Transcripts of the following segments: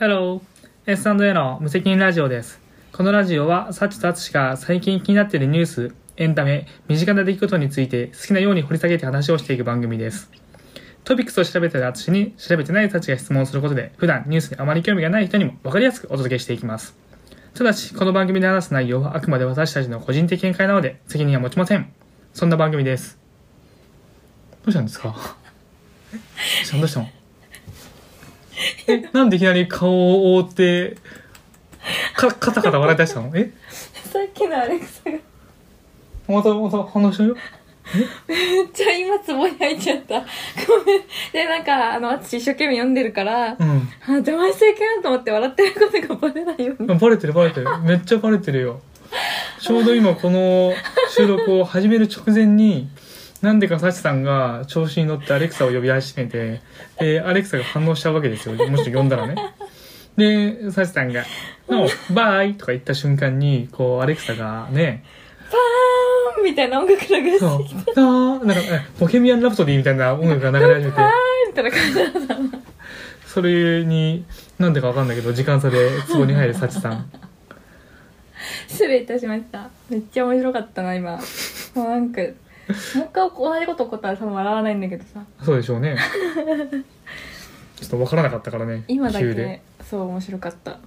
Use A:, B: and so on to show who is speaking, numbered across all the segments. A: Hello! S&A の無責任ラジオです。このラジオは、サチとアツシが最近気になっているニュース、エンタメ、身近な出来事について好きなように掘り下げて話をしていく番組です。トピックスを調べているアツシに、調べてないサチが質問することで、普段ニュースにあまり興味がない人にも分かりやすくお届けしていきます。ただし、この番組で話す内容はあくまで私たちの個人的見解なので、責任は持ちません。そんな番組です。どうしたん ですかどうしたのえ、なんでいきなり顔を覆って、か、カタカタ笑い出したのえ
B: さっきのアレクサが
A: また、また反応したよ
B: めっちゃ今つぼやいちゃったごめんでなんかあの私一生懸命読んでるから、
A: うん。
B: あ邪魔していけんと思って笑ってることがバレないように
A: バレてるバレてる。めっちゃバレてるよ。ちょうど今この収録を始める直前に、なんでかサチさんが調子に乗ってアレクサを呼び始めて、で、アレクサが反応しちゃうわけですよ。もし呼んだらね。で、サチさんが、の、バイとか言った瞬間に、こう、アレクサがね、
B: パーンみたいな音楽流してきて
A: そう、あーなんか、えボケミアン・ラプソディみたいな音楽が流れ始めて
B: パー、ンみたいな感じだった
A: それに、なんでかわかんないけど、時間差で壺に入るサチさん。
B: 失礼いたしましためっちゃ面白かったな今もうなんかもう一回同じこと起こったら多分笑わないんだけどさ
A: そうでしょうね。ちょっとわからなかったからね。
B: 今だ
A: 急で
B: けそう面白かった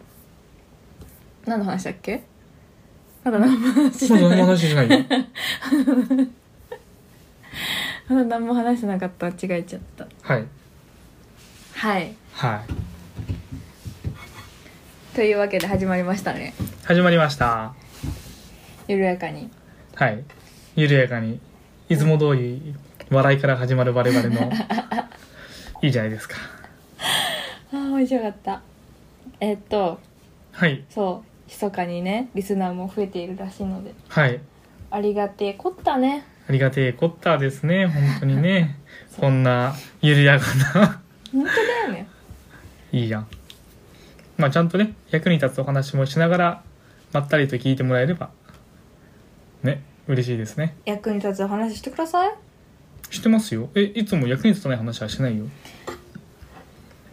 B: 何の話だっけまだ何も話して
A: まだ
B: ない
A: 何も話しないよ。
B: まだ何も話してなかった間違えちゃった
A: はい。
B: はい
A: はい。
B: というわけで始まりましたね
A: 始まりました。
B: 緩やかに
A: はい。緩やかに、いつも通り、笑いから始まる我々の、いいじゃないですか。
B: あー面白かったえーっと
A: はい。
B: そう密かにねリスナーも増えているらしいので
A: はい。
B: ありがてえこったね
A: ありがてえこったですね。本当にね。こんな、緩やかな、
B: 本当だよね
A: いいじゃん。まあ、ちゃんとね、役に立つお話もしながら、まったりと聞いてもらえれば、ね、嬉しいですね。
B: 役に立つお話してください
A: してますよえいつも役に立たない話はしてないよ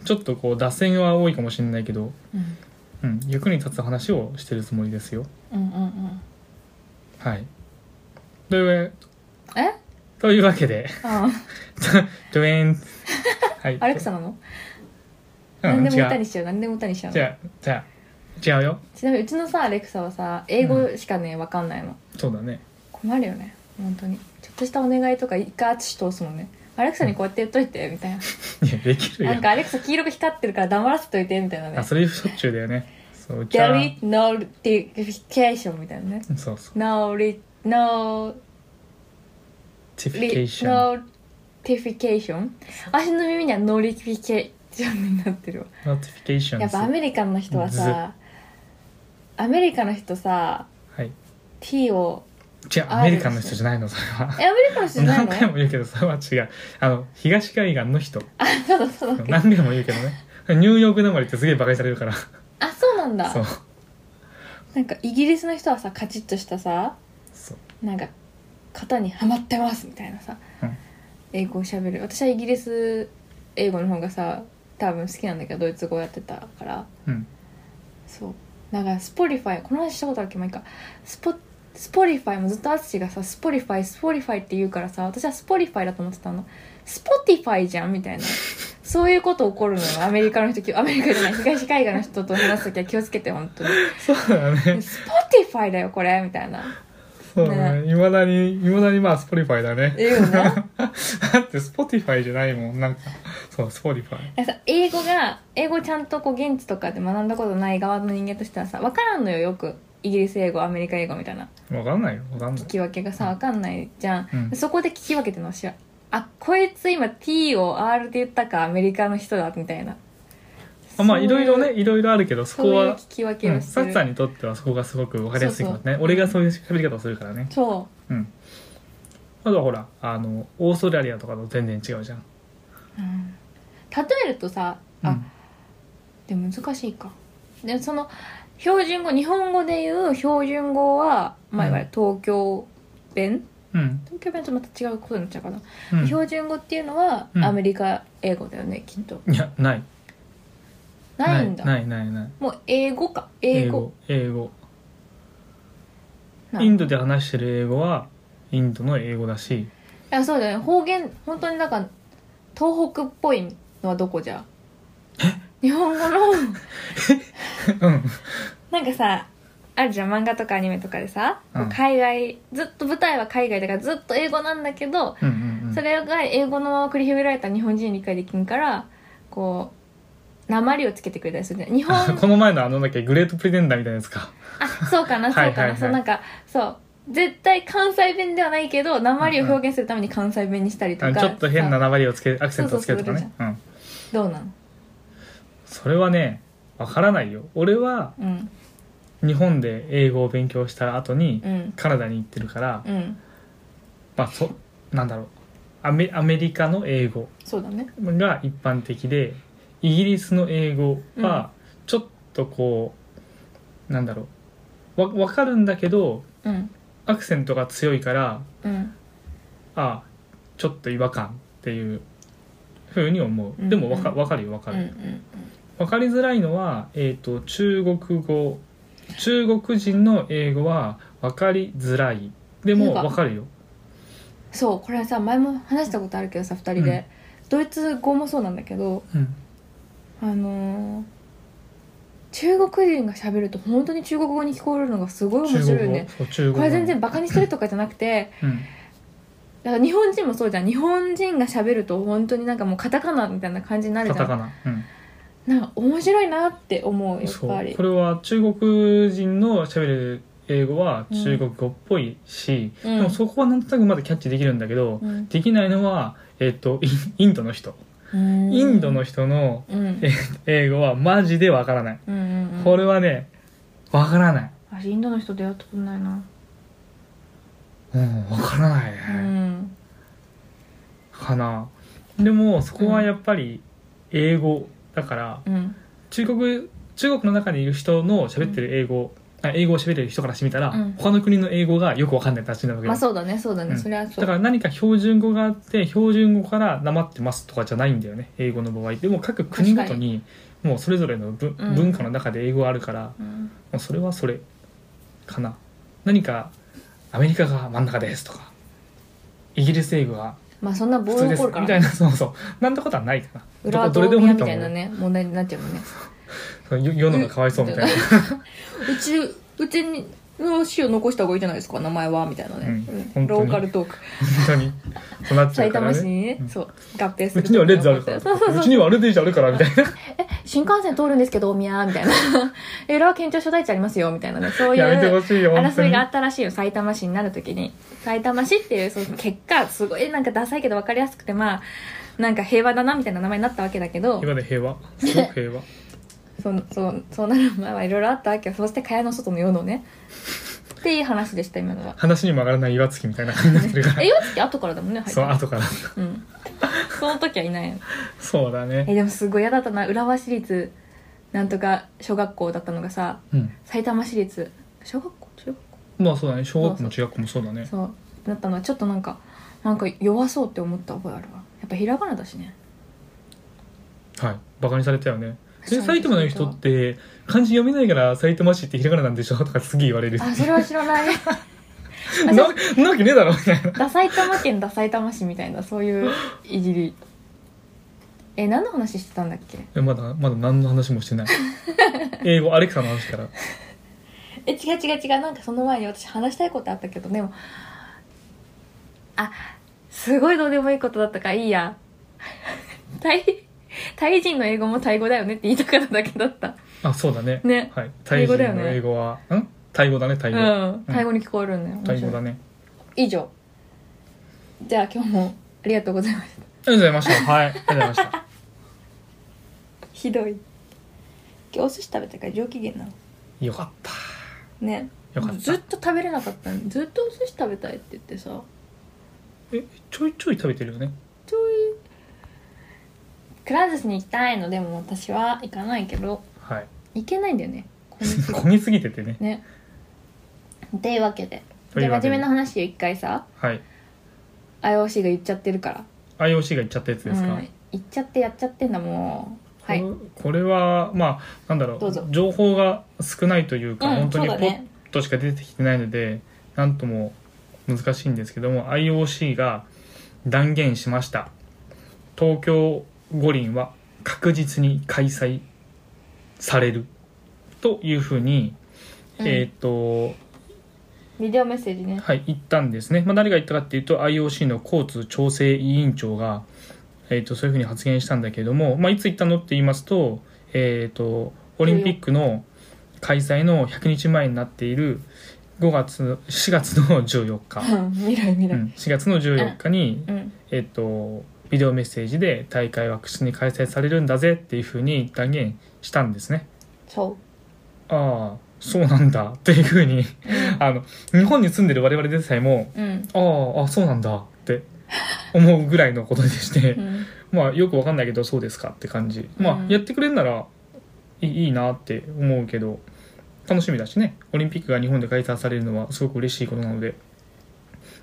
A: ちょっとこう脱線は多いかもしれないけど、
B: うん
A: うん、役に立つ話をしてるつもりですよ
B: うんうんうん
A: はいという
B: え
A: というわけで
B: あ
A: ドゥエンはい
B: あアレクサなの
A: うん
B: 何でも
A: 違
B: 歌
A: う
B: にしちゃう何でも歌にしちゃう
A: 違
B: の
A: う違う違うよ
B: ちなみにうちのさアレクサはさ英語しかねわかんないの
A: そうだね
B: 困るよね本当にちょっとしたお願いとか一回淳通すもんねアレクサにこうやって言っといてみたい
A: いやできる
B: な
A: よ
B: なんかアレクサ黄色く光ってるから黙らせといてみたいなね
A: あそれしょっちゅうだよねそううちは
B: There is no notification みたいなね
A: そうそう
B: No re no
A: ティフィケー
B: re
A: ション
B: notification 足の耳には notification になってるわ
A: ノーティフィケーション
B: やっぱアメリカンの人は
A: ず
B: さアメリカの人さ
A: はい
B: T を
A: 違うアメリカの人じゃないのそれは
B: えアメリカの人じゃない
A: 何
B: の
A: 回も言うけどそれは違うあの東海岸の人
B: あそうだそうだ
A: 何回も言うけどねニューヨークなまりってすげえバカにされるから
B: あそうなんだ
A: そう
B: なんかイギリスの人はさカチッとしたさ
A: そう
B: なんか型にはまってますみたいなさ、
A: うん
B: 英語をしゃべる私はイギリス英語の方がさ多分好きなんだけどドイツ語やってたから
A: うん
B: そうだからスポリファイこの話したことあるっけまあいいかスポスポリファイもずっと淳がさスポリファイスポリファイって言うからさ私はスポリファイだと思ってたのスポティファイじゃんみたいなそういうこと起こるのよアメリカの人きアメリカじゃない東海岸の人と話す時は気をつけて本当 に
A: そうだね
B: スポティファイだよこれみたいな
A: そうだねいまだにいまだにまあスポティファイだね
B: 言うよね
A: だってスポティファイじゃないもんなんかそうスポティファイ
B: さ英語が英語ちゃんとこう現地とかで学んだことない側の人間としてはさ分からんのよよくイギリス英語アメリカ英語みたいな
A: わかんないよわかんない
B: 聞き分けがさ分かんないじゃん、
A: うん
B: そこで聞き分けてるの私はあこいつ今 T を R で言ったかアメリカの人だみたいな
A: あまあ
B: そう
A: いろいろねいろいろあるけどそ
B: そう
A: こ
B: いう
A: は
B: 聞き分け
A: う
B: を
A: ん
B: して
A: サ
B: る、
A: ッさんにとってはそこがすごくわかりやすいからね俺がそういう喋り方をするからね
B: そ
A: うんあとはほらあのオーストラリアとかと全然違うじゃん
B: う、うん例えるとさあ、
A: うん
B: でも難しいかでその標準語日本語で言う標準語はまあいわゆる東京弁
A: うん
B: 東京弁とまた違うことになっちゃうかな、
A: うん
B: 標準語っていうのは
A: うん
B: アメリカ英語だよね、きっと
A: いやない
B: ないんだ
A: ないないない
B: もう英語か英語
A: 英語
B: な
A: インドで話してる英語はインドの英語だし
B: いやそうだよね方言本当になんか東北っぽいのはどこじゃ日本語の
A: う ん
B: なんかさあるじゃん漫画とかアニメとかでさ、
A: うん
B: 海外ずっと舞台は海外だからずっと英語なんだけど、
A: うんうんうん
B: それが英語のまま繰り広げられたら日本人理解できんからこう鉛をつけてくれたり するじゃん日本
A: この前のあのだっけグレートプレデンダーみたいなやつか
B: あそうかなそうかな
A: はいはいはい
B: そうなんかそう絶対関西弁ではないけど鉛を表現するために関西弁にしたりと
A: あ
B: か
A: ちょっと変な
B: さ
A: 鉛をつけアクセントをつけるとか
B: そう
A: ね
B: そう
A: うん
B: どうなの
A: それはねわからないよ俺は
B: うん
A: 日本で英語を勉強した後に
B: うん
A: カナダに行ってるから、
B: うん
A: まあそなんだろうアメアメリカの英語
B: そうだね
A: が一般的でイギリスの英語はちょっとこう、なんだろうわわかるんだけど
B: うん
A: アクセントが強いから
B: うん
A: ああちょっと違和感っていうふうに思うでもわかわかるよわか
B: うん
A: る、
B: う
A: わ
B: ん
A: かりづらいのは、えー、と中国語中国人の英語はわかりづらいでも
B: なんか
A: わかるよ
B: そうこれさ前も話したことあるけどさ2人で、ドイツ語もそうなんだけど
A: うん
B: あのー中国人が喋ると本当に中国語に聞こえるのがすごい面白いよね
A: そう中国語
B: これ全然バカにしてるとかじゃな くて
A: うん
B: だから日本人もそうじゃん日本人が喋ると本当になんかもうカタカナみたいな感じになる
A: カ
B: じゃ
A: タカ
B: ん
A: ナ、うん、
B: なんか面白いなって思うやっ
A: そ
B: ぱ
A: う
B: り
A: これは中国人の喋る英語は中国語っぽいし、
B: うん
A: でもそこはなんとなくまだキャッチできるんだけど、
B: うん
A: できないのは、えっとインインドの人、
B: うん
A: インドの人の
B: うんうん
A: え英語はマジでわからない、
B: うんうん
A: これはねわからない
B: 私インドの人出会ったことないな
A: うんわからないうね、
B: ん
A: かなでもそこはやっぱり英語だから
B: うん
A: 中国中国の中にいる人の喋ってる英語、あ英語を喋ってる人からしてみたら、
B: うん
A: 他の国の英語がよくわかんない形になるわけ
B: ま
A: よ
B: あそうだねそうだね、
A: うん
B: それはそう
A: だから何か標準語があって標準語からなまってますとかじゃないんだよね英語の場合でも各国ごとにもうそれぞれの文,、
B: うん
A: 文化の中で英語があるからも
B: うん
A: うそれはそれかな何かアメリカが真ん中ですとかイギリス英語が
B: まあそんな
A: 普
B: 棒
A: 通
B: の
A: です
B: 怒るか
A: みた
B: ら
A: い
B: ね
A: なそうそうなんてことはないかな
B: 裏は
A: ど
B: ど
A: こ
B: う
A: どれでも
B: み
A: いいと
B: た
A: 思
B: いな
A: う
B: ね問題になっちゃうもんね
A: その世世のがかわいそうみたいな
B: うちうちにの市を残した方がいいじゃないですか名前はみたいなね、
A: うん
B: うんローカ
A: 本当
B: ルトーク
A: 本当にそうなっちゃう
B: 埼
A: から
B: 玉市
A: ね
B: にね、
A: うん
B: そう合併する
A: うちにはレッズあるから
B: そうそうそう
A: うちにはレディージあるからみたいな
B: 新幹線通るんですけどお宮みたいな 裏は県庁所在地ありますよみたいなねそうい
A: やめて
B: う
A: ほしいよ本当
B: 争い
A: に
B: があったらしいよ埼玉市になる時に埼玉市っていうその結果すごいなんかダサいけど分かりやすくてまあなんか平和だなみたいな名前になったわけだけど
A: 今で平和すごく平和
B: そのそうそうなる前はいろいろあったわけよそして蚊帳の外の世のねっていう話でした今のは
A: 話にも上がらない岩月みたいな感じになってるから、
B: え岩月後からだもんね入った
A: そう
B: の
A: 後から
B: うんその時はいないの
A: そうだね
B: えでもすごい嫌だったな浦和市立なんとか小学校だったのがさ
A: うん
B: 埼玉市立小学校中学校
A: まあそうだね小学校も中学校もそうだね
B: そうだったのはちょっとなんかなんか弱そうって思った覚えあるわやっぱひらがなだしね
A: はいバカにされたよね
B: そう
A: え埼玉の人って漢字読めないから埼玉市ってひらがななんでしょとかすげえ言われる
B: あそれは知らない
A: ななわけねえだろみたいな
B: ダ埼玉県ダ埼玉市みたいなそういういじりえ何の話してたんだっけ
A: えまだまだ何の話もしてない 英語アレクサの話から
B: え違う違う違うなんかその前に私話したいことあったけどでもあすごいどうでもいいことだったからいいや タイタイ人の英語もタイ語だよねって言いたかっただけだった
A: あそうだね
B: ね
A: はいタ
B: タ
A: イ
B: イ
A: 人
B: 語だよね
A: の英語はんタイ語だねタイ語、
B: うんタイ語に聞こえるんだよ、
A: タイ語だね
B: 以上じゃあ今日もありがとうございました
A: ありがとうございましたはいありがとうございました
B: ひどい今日お寿司食べたから上機嫌なの
A: よかった
B: ね
A: よかった
B: ずっと食べれなかったのにずっとお寿司食べたいって言ってさ
A: えちょいちょい食べてるよね
B: ちょいくら寿司に行きたいのでも私は行かないけど
A: はい
B: 行けないんだよねこの 時
A: 焦げすぎててね
B: ねっていうわけで
A: と
B: じ
A: いう
B: ゃあ
A: わけ
B: 真
A: で
B: 面目な話を一回さ
A: はい
B: IOC が言っちゃってるから
A: IOC が言っちゃったやつですか、
B: うん、言っちゃってやっちゃってんだもはい
A: ここれはまあなんだろう
B: どうぞ
A: 情報が少ないというか、
B: うん
A: 本当にポ
B: そうだ
A: ッ
B: ね
A: としか出てきてないので、なんとも難しいんですけども IOC が断言しました東京五輪は確実に開催されるというふうに、
B: うん
A: えっ、と
B: ビデオメッセージね
A: はい、言ったんですね、まあ、誰が言ったかっていうと IOC の交通調整委員長が、えー、とそういうふうに発言したんだけれども、まあ、いつ言ったのって言いますと,、えー、とオリンピックの開催の100日前になっている5月4月の14日、
B: うん未来未
A: う
B: 来
A: ん、4月の14日に、
B: うん
A: えー、とビデオメッセージで大会は口に開催されるんだぜっていうふうに断言したんですね。
B: そ
A: ああそうなんだっていうふうに
B: うう
A: あの日本に住んでる我々でさえも
B: んうん
A: あああそうなんだって思うぐらいのことでして、
B: うん
A: まあよくわかんないけどそうですかって感じまあ、
B: うん
A: やってくれるならいいいいなって思うけど楽しみだしねオリンピックが日本で開催されるのはすごく嬉しいことなので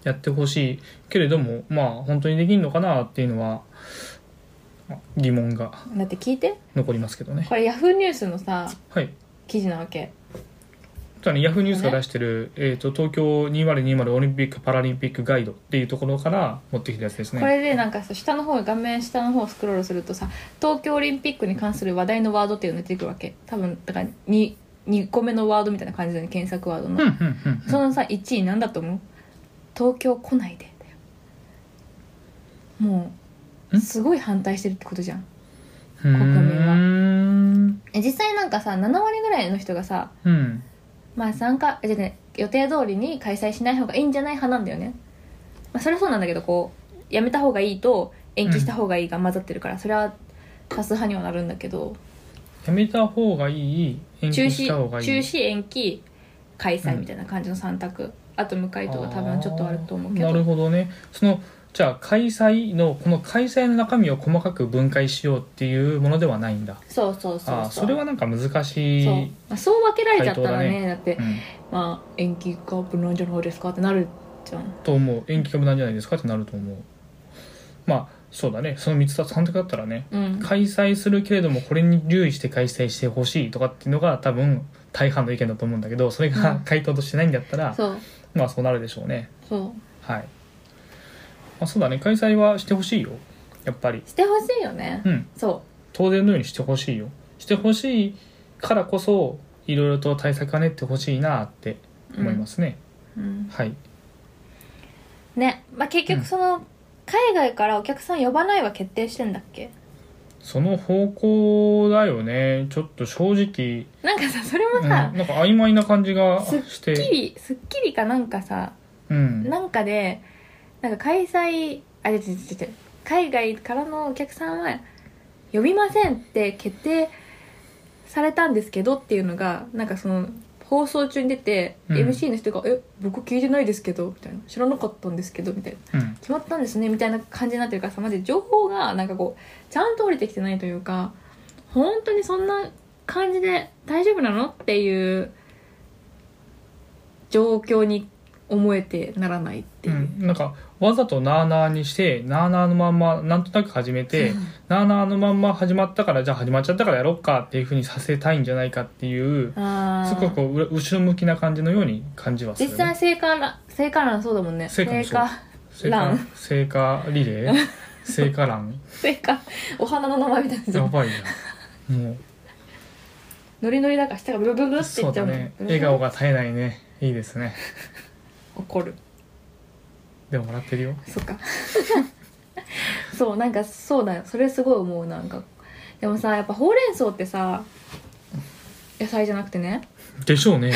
A: やってほしいけれどもまあ本当にできるのかなっていうのはまあ疑問が
B: だって聞いて
A: 残りますけどね
B: これヤフーニュースのさ
A: はい
B: 記事なわけ
A: ただね、ヤフーニュースが出してる、えー、と東京2020オリンピック・パラリンピックガイドっていうところから持ってきたやつですね
B: これでなんかさ下の方画面下の方スクロールするとさ東京オリンピックに関する話題のワードっていうのが出てくるわけ多分だから 2, 2個目のワードみたいな感じだね検索ワード
A: うんう
B: の、
A: んうんうん
B: そのさ1位なんだと思う東京来ないでだよもうんすごい反対してるってことじゃん
A: 国
B: 民は
A: うん
B: え実際なんかさ7割ぐらいの人がさ
A: うん
B: まあ参加えじゃあね予定通りに開催しない方がいいんじゃない派なんだよね、まあ、それはそうなんだけどこうやめた方がいいと延期した方がいいが混ざってるから、それは多数派にはなるんだけど
A: やめた方がいい延
B: 中
A: 期した方が
B: 止
A: いい
B: 中止延期開催みたいな感じの3択、あと無回答が多分ちょっとあると思うけ
A: あーなる
B: ど
A: ほどねそのじゃあ開催のこの開催の中身を細かく分解しようっていうものではないんだ
B: そうそうそう
A: あ
B: そ
A: ー
B: う
A: それはなんか難しい
B: そう,、まあ、そう分けられちゃったら
A: 回答
B: ね
A: だ
B: だって
A: うん
B: まあ延期が無難じゃないですかってなるじゃん
A: と思う延期が無難じゃないですかってなると思うまあそうだねその3つと3択だったらね
B: うん
A: 開催するけれどもこれに留意して開催してほしいとかっていうのが多分大半の意見だと思うんだけどそれ
B: う
A: が
B: ん
A: 回答としてないんだったら、
B: そう
A: まあそうなるでしょうね
B: そう
A: はい、まあ、そうだね開催はしてほしいよやっぱり
B: してほしいよね、
A: うん
B: そ
A: 当然のようにしてほしいよしてほしいからこそいろいろと対策は練ってほしいなって
B: う、
A: 思いますね、
B: うん、うん
A: はい
B: ね、まあ、結
A: うん
B: 局その、海外からお客さん呼ばないは決定してんだっけ
A: その方向だよねちょっと正直、
B: なんかさそれも
A: うん、
B: さ
A: な、んか曖昧な感じが
B: すっ
A: して
B: きりすっきりかなんかさ
A: うん
B: なんかでなんか開催あ違う違う違う違う海外からのお客さんは呼びませんって決定されたんですけどっていうのがなんかその放送中に出て、
A: うん
B: MC の人が「え僕聞いてないですけど」みたいな「知らなかったんですけど」みたいな
A: うん
B: 決まったんですねみたいな感じになってるからさまで情報がなんかこうちゃんと降りてきてないというか本当にそんな感じで大丈夫なのっていう状況に思えてならないっていうう、
A: ん、なんかわざとなあなあにしてなあなあのまんまなんとなく始めてなあなあのまんま始まったからじゃあ始まっちゃったからやろっかっていうふうにさせたいんじゃないかっていう
B: あ
A: す
B: ー
A: ごくこううら後ろ向きな感じのように感じはする、
B: 実際聖火ラ聖火ランそうだもんね
A: 聖火もそう
B: 火
A: 聖
B: 欄
A: 火聖火リレ ー聖火ラン
B: 聖火お花の名前みたいなやつ
A: やばいなも
B: ノリノリだから下がブルブルブ
A: う
B: ルってい
A: そ
B: っ
A: う
B: ちゃ
A: だ
B: うの
A: ね笑顔が絶えないねいいですね
B: 怒る
A: でも笑ってるよ
B: そっか そうなんかそうだよそれすごい思うなんかでもさやっぱほうれん草ってさ野菜じゃなくてね
A: でしょう ね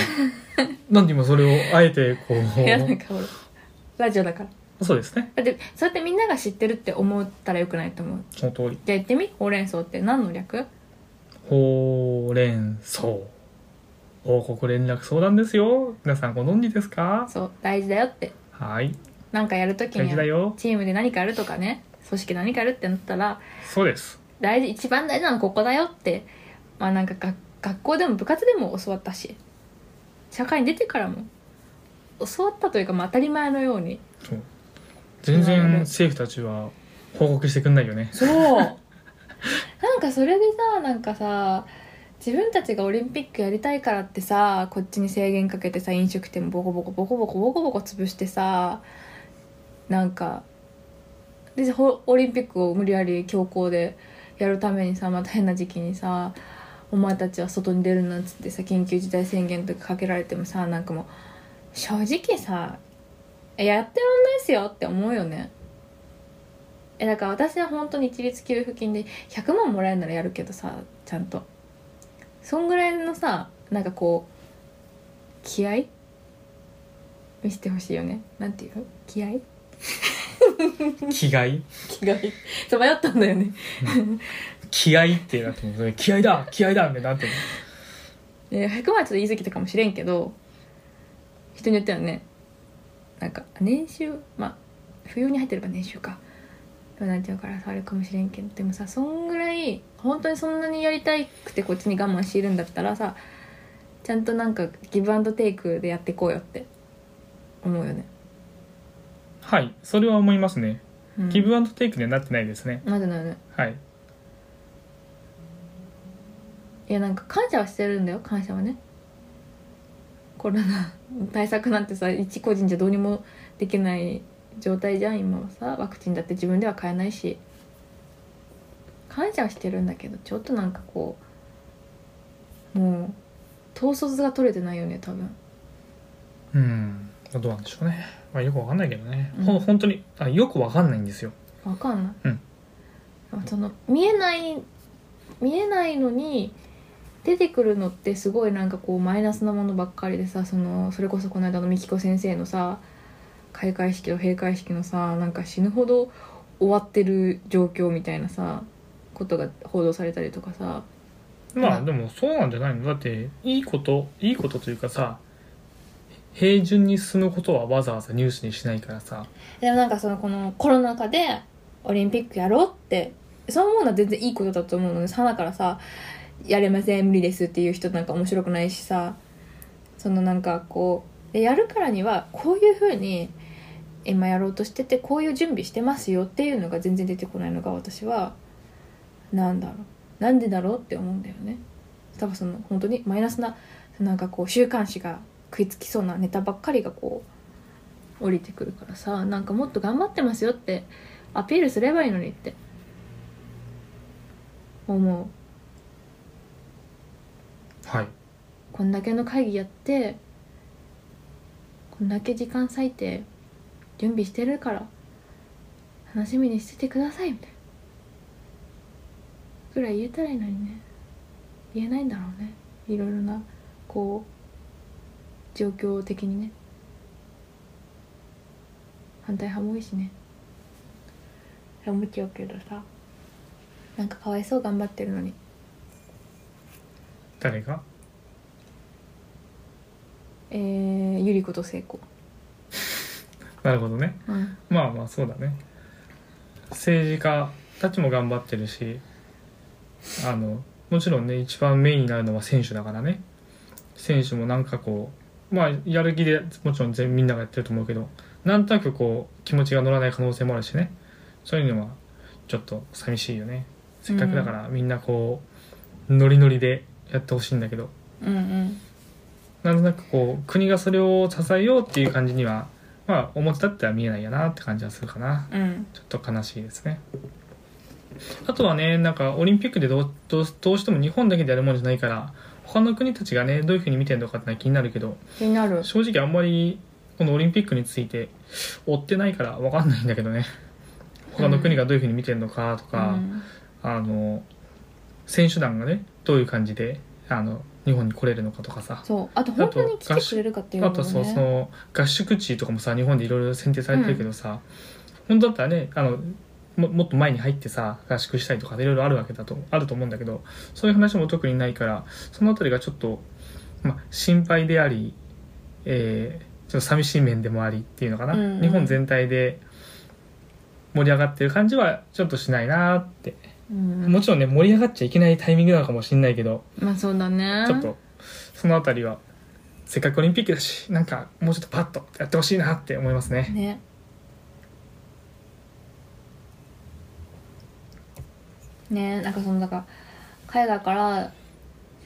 A: なんで今それをあえてこ
B: いや なん
A: う
B: かほらラジオだから
A: そうですね
B: だってそうやってみんなが知ってるって思ったらよくないと思う
A: その通り
B: じゃあ言ってみほうれん草って何の略
A: ほうれん草王国連絡相談ですよ皆さんご存知ですか
B: そう大事だよって
A: はい
B: なんかやるとき
A: 大
B: に
A: 事だよ
B: チームで何かやるとかね組織で何かやるってなったら
A: そうです
B: 大事一番大事なのここだよってまあなんかが学校でも部活でも教わったし社会に出てからも教わったというか、まあ、当たり前のように
A: そう全然政府たちは報告してくんないよね
B: そうなんかそれでさなんかさ自分たちがオリンピックやりたいからってさこっちに制限かけてさ飲食店ボコボコボコボコボコボコ潰してさなんかでほオリンピックを無理やり強行でやるためにさまた変な時期にさお前たちは外に出るなんつってさ緊急事態宣言とかかけられてもさなんかもう正直さやってらんないっすよって思うよねえだから私は本当に一律給付金で100万もらえるならやるけどさちゃんとそんぐらいのさなんかこう気合見せてほしいよねなんていうの気合
A: 気概
B: 気合そう迷ったんだよね
A: 気合ってなってもう気合だ気合だみたいになってる
B: で100万はちょっと言い過ぎたかもしれんけど人によってはねなんか年収まあ扶養に入ってれば年収かとなっちゃうからさあれかもしれんけどでもさそんぐらい本当にそんなにやりたくてこっちに我慢しているんだったらさちゃんとなんかギブアンドテイクでやっていこうよって思うよね、
A: はいそれは思いますね
B: うん、
A: ギブアンドテイクにはなってないですね
B: なんでだよね
A: はい
B: いやなんか感謝はしてるんだよ感謝はねコロナ 対策なんてさ一個人じゃどうにもできない状態じゃん今はさワクチンだって自分では買えないし感謝はしてるんだけどちょっとなんかこうもう統率が取れてないよね多分
A: うんどうなんでしょうね、まあ、よくわかんないけどね、
B: うん
A: ほ本当にあよくわかんないんですよ
B: わかんない、
A: うん
B: その見えない見えないのに出てくるのってすごいなんかこうマイナスなものばっかりでさそのそれこそこの間のみきこ先生のさ開会式と閉会式のさなんか死ぬほど終わってる状況みたいなさことが報道されたりとかさ
A: ま
B: う
A: あ
B: ん
A: でもそうなんじゃないのだっていいこといいことというかさ平準に進むことはわざわざニュースにしないからさ
B: でもなんかそのこのコロナ禍でオリンピックやろうってそう思うのは全然いいことだと思うのでさなからさ「やれません無理です」っていう人なんか面白くないしさそのなんかこうでやるからにはこういうふうに今やろうとしててこういう準備してますよっていうのが全然出てこないのが私はなんだろうなんでだろうって思うんだよね多分その本当にマイナスななんかこう週刊誌が食いつきそうなネタばっかりがこう降りてくるからさなんかもっと頑張ってますよってアピールすればいいのにって思う
A: はい
B: こんだけの会議やってこんだけ時間割いて準備してるから楽しみにしててくださいみたいなぐらい言えたらいいのにね言えないんだろうねいろいろなこう状況的にね反対派も多いしね思っちゃうけどさなんかかわいそう頑張ってるのに
A: 誰が
B: えー、ゆりこと聖子
A: なるほどね
B: うん
A: まあまあそうだね政治家たちも頑張ってるしあのもちろんね一番メインになるのは選手だからね選手もなんかこうまあやる気でもちろん全みんながやってると思うけどなんとなくこう気持ちが乗らない可能性もあるしねそういうのはちょっと寂しいよねせっかくだからみんなこうノリノリでやってほしいんだけど
B: うんうん
A: なんとなくこう国がそれを支えようっていう感じにはまあ表立っては見えないやなって感じはするかな。
B: うん
A: ちょっと悲しいですね。あとはね、なんかオリンピックでどうどうどうしても日本だけでやるもんじゃないから、他の国たちがね、どういうふうに見てるのかってのは気になるけど、
B: 気になる
A: 正直あんまりこのオリンピックについて追ってないから分かんないんだけどね。他の国がどういうふうに見てるのかとか、
B: うん
A: あの、選手団がね、どういう感じで、あの、日本に来れるのかとかさ。
B: そうあと本当に来てくれるかっていうの
A: あ
B: も、ね、
A: とそうその合宿地とかもさ日本でいろいろ選定されてるけどさ、本当だったらねあのももっと前に入ってさ合宿したりとかいろいろあるわけだとあると思うんだけどそういう話も特にないからそのあたりがちょっと、まあ、心配であり、えーちょっと寂しい面でもありっていうのかな、
B: うんうん
A: 日本全体で盛り上がってる感じはちょっとしないなって、
B: うん
A: もちろんね盛り上がっちゃいけないタイミングなのかもしれないけど
B: まあそうだね
A: ちょっとそのあたりはせっかくオリンピックだしなんかもうちょっとパッとやってほしいなって思いますね
B: ねねなんかそのだから海外から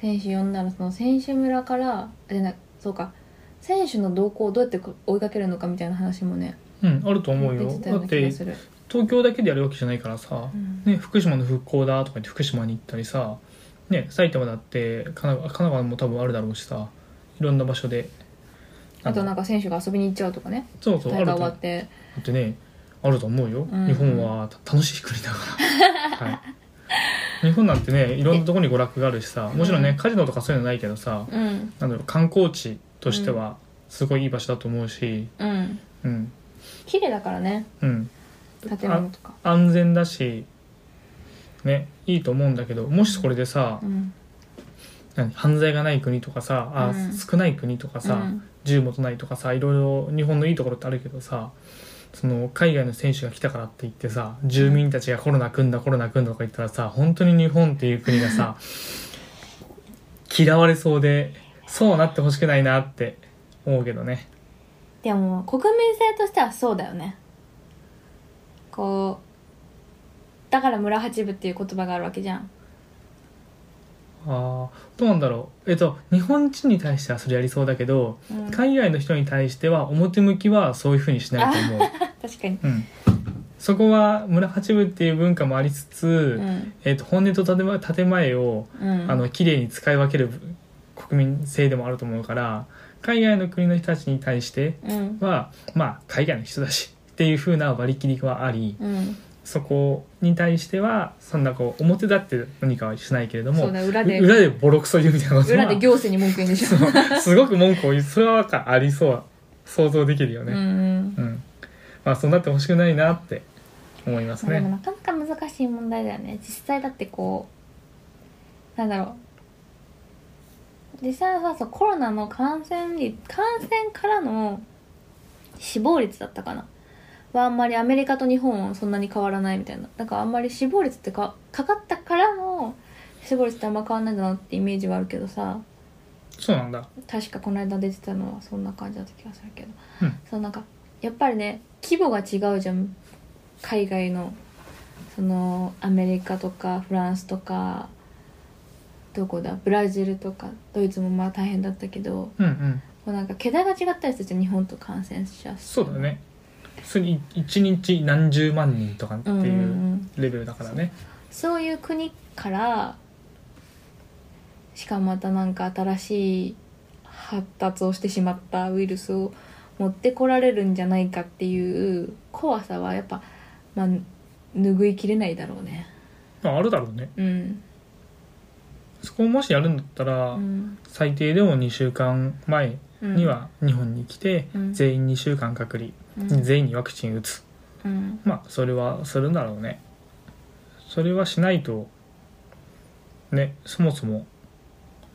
B: 選手呼んだらその選手村からでなそうか選手の動向をどうやって追いかけるのかみたいな話もね
A: うんあると思う
B: 出
A: よ
B: てた
A: だ
B: よう
A: っ
B: な気
A: て
B: がする、
A: 東京だけでやるわけじゃないからさ
B: う、ん
A: ね、福島の復興だとか言って福島に行ったりさ、ね、埼玉だって神奈神奈川も多分あるだろうしさいろんな場所で
B: あとなん
A: か
B: か選手が遊びに行っちゃうとかね
A: そうそうあ
B: 大
A: ると
B: 会終
A: 思
B: わ
A: う
B: って
A: だってねあると思うよ、
B: うん
A: 日本は楽しい国だ から、はい、日本なんてねいろんなとこに娯楽があるしさもちろんね、
B: うん
A: カジノとかそういうのないけどさ
B: うん
A: なんだろう観光地としてはすごいいい場所だと思うし
B: うん
A: うん
B: 綺麗だからね
A: うん
B: 建物とか
A: 安全だしねいいと思うんだけどもしこれでさ、
B: うん
A: 何犯罪がない国とかさあ、
B: うん
A: 少ない国とかさ、
B: うん
A: 銃持たないとかさいろいろ日本のいいところってあるけどさその海外の選手が来たからって言ってさ住民たちがコロナ来んだコロナ来んだとか言ったらさ本当に日本っていう国が さ嫌われそうでそうなってほしくないなって思うけどね
B: でも国民性としてはそうだよねこうだから村八部っていう言葉があるわけじゃん
A: あーどうなんだろうえっと日本人に対してはそれやりそうだけど
B: うん確
A: 海外の人に対しては表向きはそういうふうにしないと思う。
B: かに
A: うん、そこは村八分っていう文化もありつつ、
B: うん
A: えー、と本音と建前建前を、
B: うん
A: あの綺麗に使い分ける国民性でもあると思うから海外の国の人たちに対して
B: うん
A: はまあ海外の人だしっていう風な割り切りはあり
B: うん
A: そこに対してはそんなこう表立って何かはしないけれども
B: そうだ裏で
A: 裏でボロクソ言うみたいなこと
B: 裏で
A: は
B: 行政に文句言うんでしょ
A: すごく文句を言うそれはなんかありそう想像できるよ
B: う
A: ね。
B: んうん
A: うん、まあそうなってほしくないなって思います
B: まあでも
A: ね。
B: なかなか難しい問題だよね実際だってこうなんだろう実際はさそうコロナの感染率感染からの死亡率だったかなはあんまりアメリカと日本はそんなに変わらないみたいなだからあんまり死亡率ってかかかったからの死亡率ってあんま変わんないんだなってイメージはあるけどさ
A: そうなんだ。
B: 確かこの間出てたのはそんな感じだった気がするけど、
A: うん
B: そうなんかやっぱりね規模が違うじゃん海外のそのアメリカとかフランスとかどこだブラジルとかドイツもまあ大変だったけど
A: うんうん。
B: こうなんか桁が違ったりするじゃん日本と感染者数
A: そうだね。それに一日何十万人とかって
B: うんうんう
A: いうんレベルだからね。
B: そういう国からしかもまたなんか新しい発達をしてしまったウイルスを持ってこられるんじゃないかっていう怖さはやっぱ、まあ、拭いきれないだろうね
A: まああるだろうね。
B: うん、
A: そこをもしやるんだったら、
B: うん
A: 最低でも2週間前には日本に来て、
B: うん
A: 全員2週間隔離、
B: うん
A: 全員にワクチン打つ。
B: うん
A: まあそれはするんだろうね。それはしないとねそもそも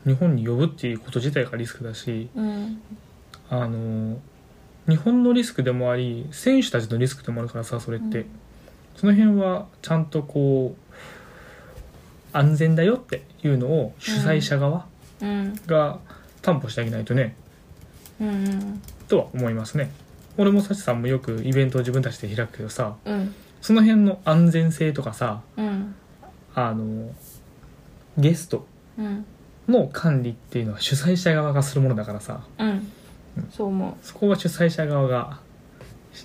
A: 日本に呼ぶっていうこと自体がリスクだし。
B: うん
A: あの日本のリスクでもあり選手たちのリスクでもあるからさそれって、
B: うん
A: その辺はちゃんとこう安全だよっていうのを主催者側
B: うん
A: が担保してあげないとね、
B: うん
A: とは思いますね俺もサチさんもよくイベントを自分たちで開くけどさ
B: うん
A: その辺の安全性とかさ
B: うん
A: あのゲスト
B: うん
A: の管理っていうのは主催者側がするものだからさ
B: うんそう思
A: そこは主催者側が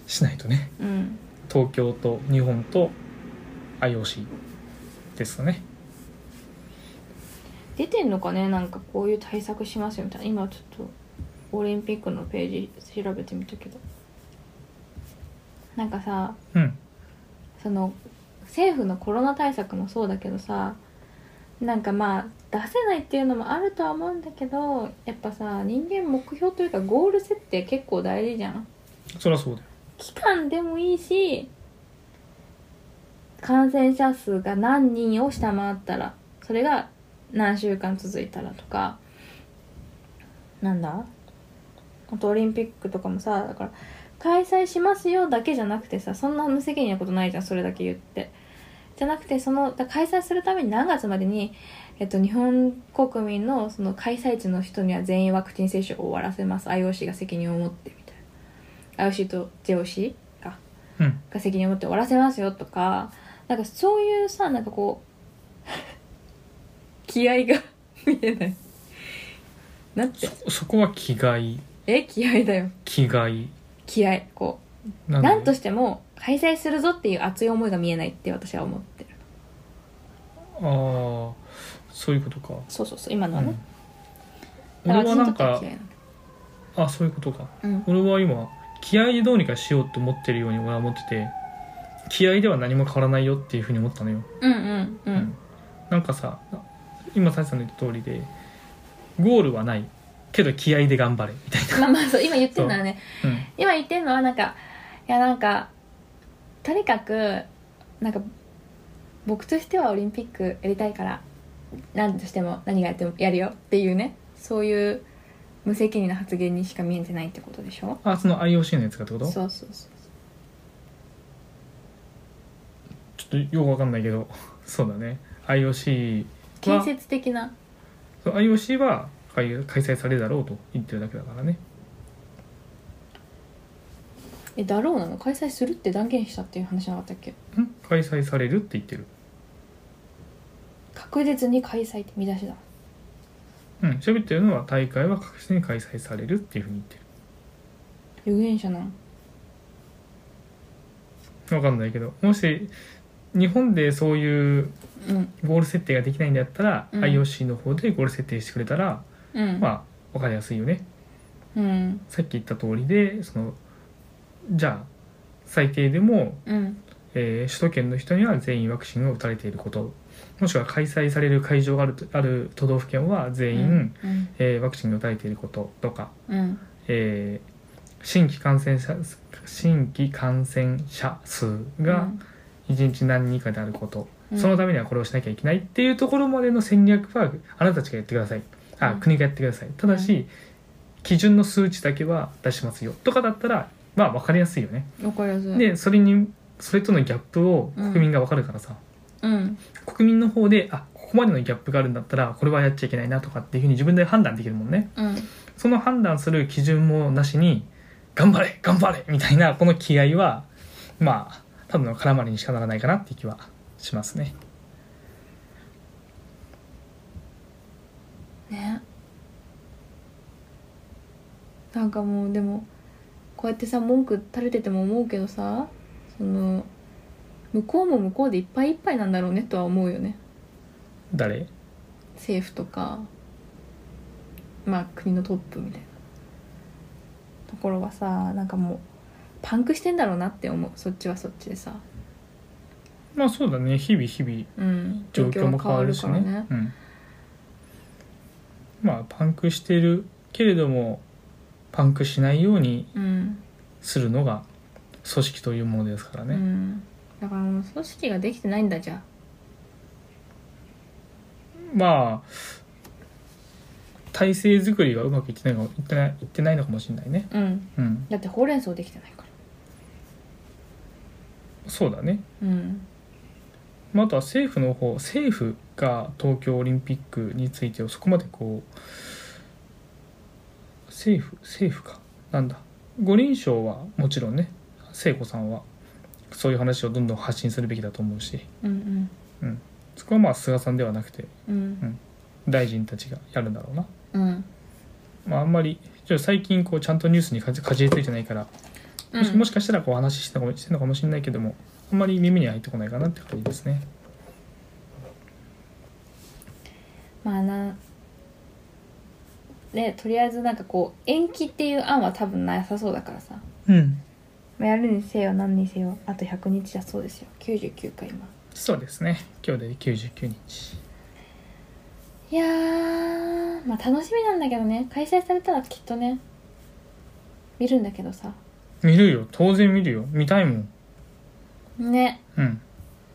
A: ししないとね
B: ううん
A: 東京と日本と IOC ですかね
B: 出てんのかねなんかこういう対策しますよみたいな今ちょっとオリンピックのページ調べてみたけどなんかさ
A: うん
B: その政府のコロナ対策もそうだけどさなんかまあ出せないっていうのもあるとは思うんだけどやっぱさ人間目標というかゴール設定結構大事じゃん
A: そりゃそうだよ
B: 期間でもいいし感染者数が何人を下回ったらそれが何週間続いたらとかなんだあとオリンピックとかもさだから開催しますよだけじゃなくてさそんな無責任なことないじゃんそれだけ言ってじゃなくてそのだ開催するために何月までに、えっと、日本国民のその開催地の人には全員ワクチン接種を終わらせます IOC が責任を持ってみたいな IOC と JOC か
A: うん
B: が責任を持って終わらせますよとかなんかそういうさなんかこう 気合が 見えないなって
A: そそこは気概
B: え気合だよ
A: 気概
B: 気合こ
A: な
B: う
A: で
B: なんとしても開催するぞっていう熱い思いが見えないって私は思ってる
A: ああそういうことか、
B: そうそうそう今のはね、
A: うん
B: だ
A: 俺
B: か
A: は
B: ら私に
A: な
B: と
A: ん
B: っては
A: か
B: 気合なんだ
A: あそういうことか
B: うん
A: 俺は今気合でどうにかしようって思ってるように俺は思ってて気合では何も変わらないよっていうふうに思ったのよ、
B: うんうん
A: う
B: う
A: んなんかさ今サチさんの言った通りでゴールはないけど気合で頑張れみたい
B: まあまあそう今言ってるのはね
A: な、
B: 今言ってるのはなんかいやなんかとにかくなんか僕としてはオリンピックやりたいから何としても何がやってもやるよっていうねそういう無責任な発言にしか見えてないってことでしょ
A: うん、あその IOC のやつかってことちょ
B: そうそうそう
A: っとよくわかんないけどそうだね IOC
B: 建
A: は
B: 設的な
A: そう IOC は開開催されるだろうと言ってるだけだからね
B: えだろうなの開催するって断言したっていう話なかったっけ
A: ん開催されるって言ってる
B: 確実に開催って見出しだ
A: うん喋ってるのは大会は確実に開催されるっていうふうに言ってる
B: 有言者なん
A: わかんないけどもし日本でそういう
B: うん
A: ゴール設定ができないんだったら、
B: うん
A: IOC の方でゴール設定してくれたら、
B: うん、
A: まあわかりやすいよね
B: うん
A: さっき言った通りでそのじゃあ最低でも、
B: うん
A: えー首都圏の人には全員ワクチンを打たれていることもしくは開催される会場があるとある都道府県は全員、
B: うん
A: えーワクチンが打たれていることとか、
B: うん
A: えー新規感染者新規感染者数が1日何人以下であること、
B: うん
A: そのためにはこれをしなきゃいけないっていうところまでの戦略はあなたたちがやってくださいあ、
B: うん
A: 国がやってくださいただし、基準の数値だけは出しますよとかだったらまあ分かりやすいよね、
B: わかりやすい
A: でそれにそれとのギャップを国民が分かるからさ、
B: うん
A: 国民の方であここまでのギャップがあるんだったらこれはやっちゃいけないなとかっていうふうに自分で判断できるもんね
B: うん
A: その判断する基準もなしに頑張れ頑張れみたいなこの気合はまあただの絡まりにしかならないかなって気はしますね
B: ねなんかもうでもこうやってさ文句垂れてても思うけどさその向こうも向こうでいっぱいいっぱいなんだろうねとは思うよね
A: 誰
B: 政府とかまあ国のトップみたいなところはさなんかもうパンクしてんだろうなって思うそっちはそっちでさ、
A: まあそうだね日々日々
B: うん、
A: 状況も変わるしねうん、まあパンクしてるけれどもパンクしないように
B: うん
A: するのが組織というものですから
B: う
A: ね、
B: ん、だからもう組織ができてないんだじゃあ
A: まあ体制作りがうまくいってないかもいってないいってないのかもしれないね
B: うん
A: うん
B: だってほうれん草できてないから
A: そうだね
B: うん
A: まあ、あとは政府の方政府が東京オリンピックについてをそこまでこう政府政府かなんだ五輪賞はもちろんね聖子さんはそういう話をどんどん発信するべきだと思うし
B: うん
A: そこはまあ菅さんではなくて
B: うんうん
A: 大臣たちがやるんだろうな、
B: うん
A: まあ、あんまりちょっと最近こうちゃんとニュースにかじかじりついてないからもし,、もしかしたらこう話してたかもしてるのかもしれないけどもあんまり耳に入ってこないかなって感じですね。
B: まあなねとりあえずなんかこう延期っていう案は多分なさそうだからさ
A: うん、
B: まあやるにせよ何にせよあと100日だそうですよ99回今
A: そうですね今日で99日。
B: いやーまあ楽しみなんだけどね開催されたらきっとね見るんだけどさ
A: 見るよ当然見るよ見たいもん
B: ね
A: うん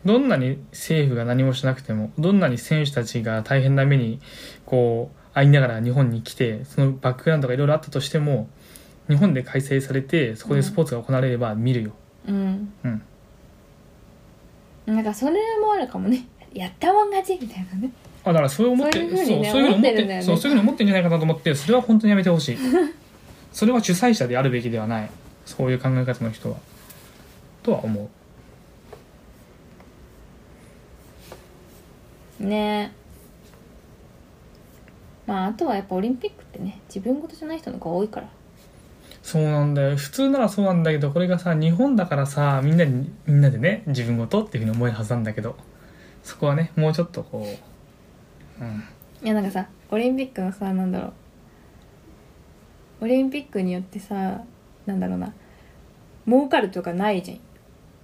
A: どんなに政府が何もしなくてもどんなに選手たちが大変な目にこう会いながら日本に来てそのバックグラウンドがいろいろあったとしても日本で開催されてそこでスポーツが行われれば見るよ、
B: うん
A: うん
B: なんかそれもあるかもねやったもん勝ちみたいなね
A: あだからそう思って
B: そういうふうにね
A: そうそういうふうに思っ
B: 思って
A: て
B: るんだよね
A: そうそういうふうに思ってんじゃないかなと思ってそれは本当にやめてほし いそれは主催者であるべきではないそういう考え方の人はとは思う
B: ねまああとはやっぱオリンピックってね自分事じゃない人の方が多いから
A: そうなんだよ普通ならそうなんだけどこれがさ日本だからさみんなにみんなでね自分ごとっていうふうに思えるはずなんだけどそこはねもうちょっとこう、うん、
B: いやなんかさオリンピックのさなんだろうオリンピックによってさなんだろうな儲かるとかないじゃん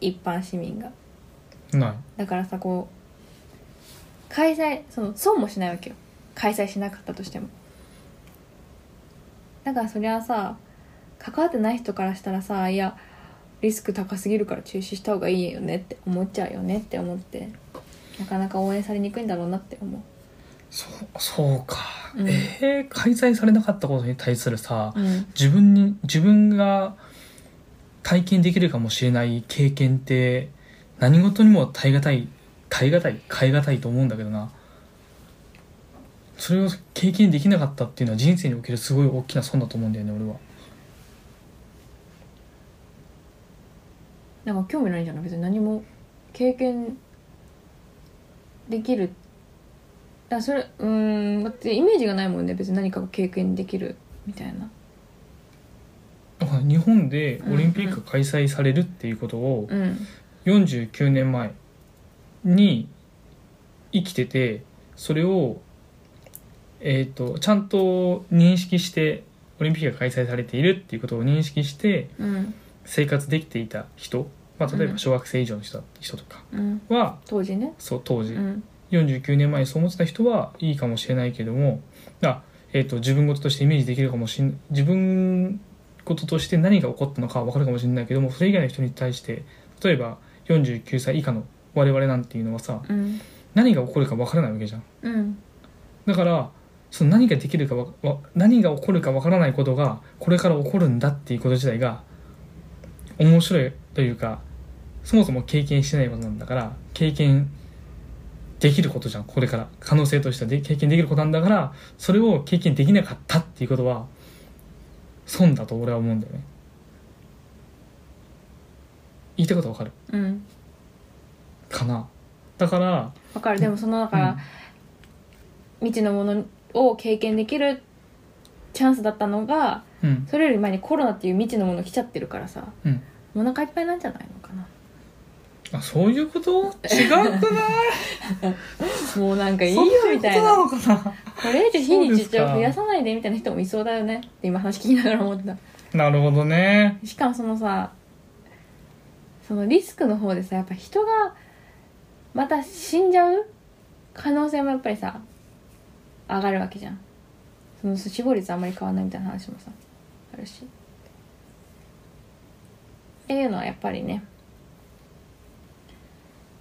B: 一般市民が
A: ない
B: だからさこう開催その損もしないわけよ開催しなかったとしてもだからそりゃさ関わってない人からしたらさいやリスク高すぎるから中止した方がいいよねって思っちゃうよねって思ってなかなか応援されにくいんだろうなって思
A: そうそうか、
B: うん
A: えー開催されなかったことに対するさ
B: う、うん、
A: 自分に自分が体験できるかもしれない経験って何事にも耐え難い耐え難い変え難いと思うんだけどなそれを経験できなかったっていうのは人生におけるすごい大きな損だと思うんだよね俺は
B: なんか興味ないんじゃない別に何も経験できるだからそれうーんだってイメージがないもんね別に何かが経験できるみたいな
A: だから日本でオリンピックが開催されるっていうことを
B: うん
A: 49年前に生きててそれを、えー、とちゃんと認識してオリンピックが開催されているっていうことを認識して
B: うん
A: 生活できていた人、まあ、例え
B: うん
A: ば小学生以上の人だ人とか
B: うん
A: は、
B: 当時ね
A: そう当
B: う
A: 時
B: ん
A: 49年前にそう思ってた人はいいかもしれないけどもあ、えー、と自分事としてイメージできるかもしん自分事として何が起こったのかは分かるかもしれないけどもそれ以外の人に対して例えば49歳以下の我々なんていうのはさ
B: うん
A: 何が起こるか分からないわけじゃん
B: うん
A: だからその何ができるかわわ何が起こるか分からないことがこれから起こるんだっていうこと自体が面白いというかそもそも経験してないことなんだから経験できることじゃんこれから可能性としてはで経験できることなんだからそれを経験できなかったっていうことは損だと俺は思うんだよね言いたいことわかる
B: うん
A: かなだから
B: わかるでもそのだから、未知のものを経験できるチャンスだったのが
A: うん、うん、
B: それより前にコロナっていう未知のもの来ちゃってるからさ、
A: うん
B: お腹いっぱいなんじゃないのかな
A: あそういうこと違うかな
B: もう なんかいいよ
A: そういう
B: み
A: こと
B: たい
A: な
B: な
A: のかな
B: これ以上非日
A: そ
B: 常
A: うですか
B: 増やさないでみたいな人もいそうだよねって今話聞きながら思ってた
A: なるほどね。
B: しかもそのさそのリスクの方でさやっぱ人がまた死んじゃう可能性もやっぱりさ上がるわけじゃんその死亡率あんまり変わんないみたいな話もさあるしっていうのはやっぱりね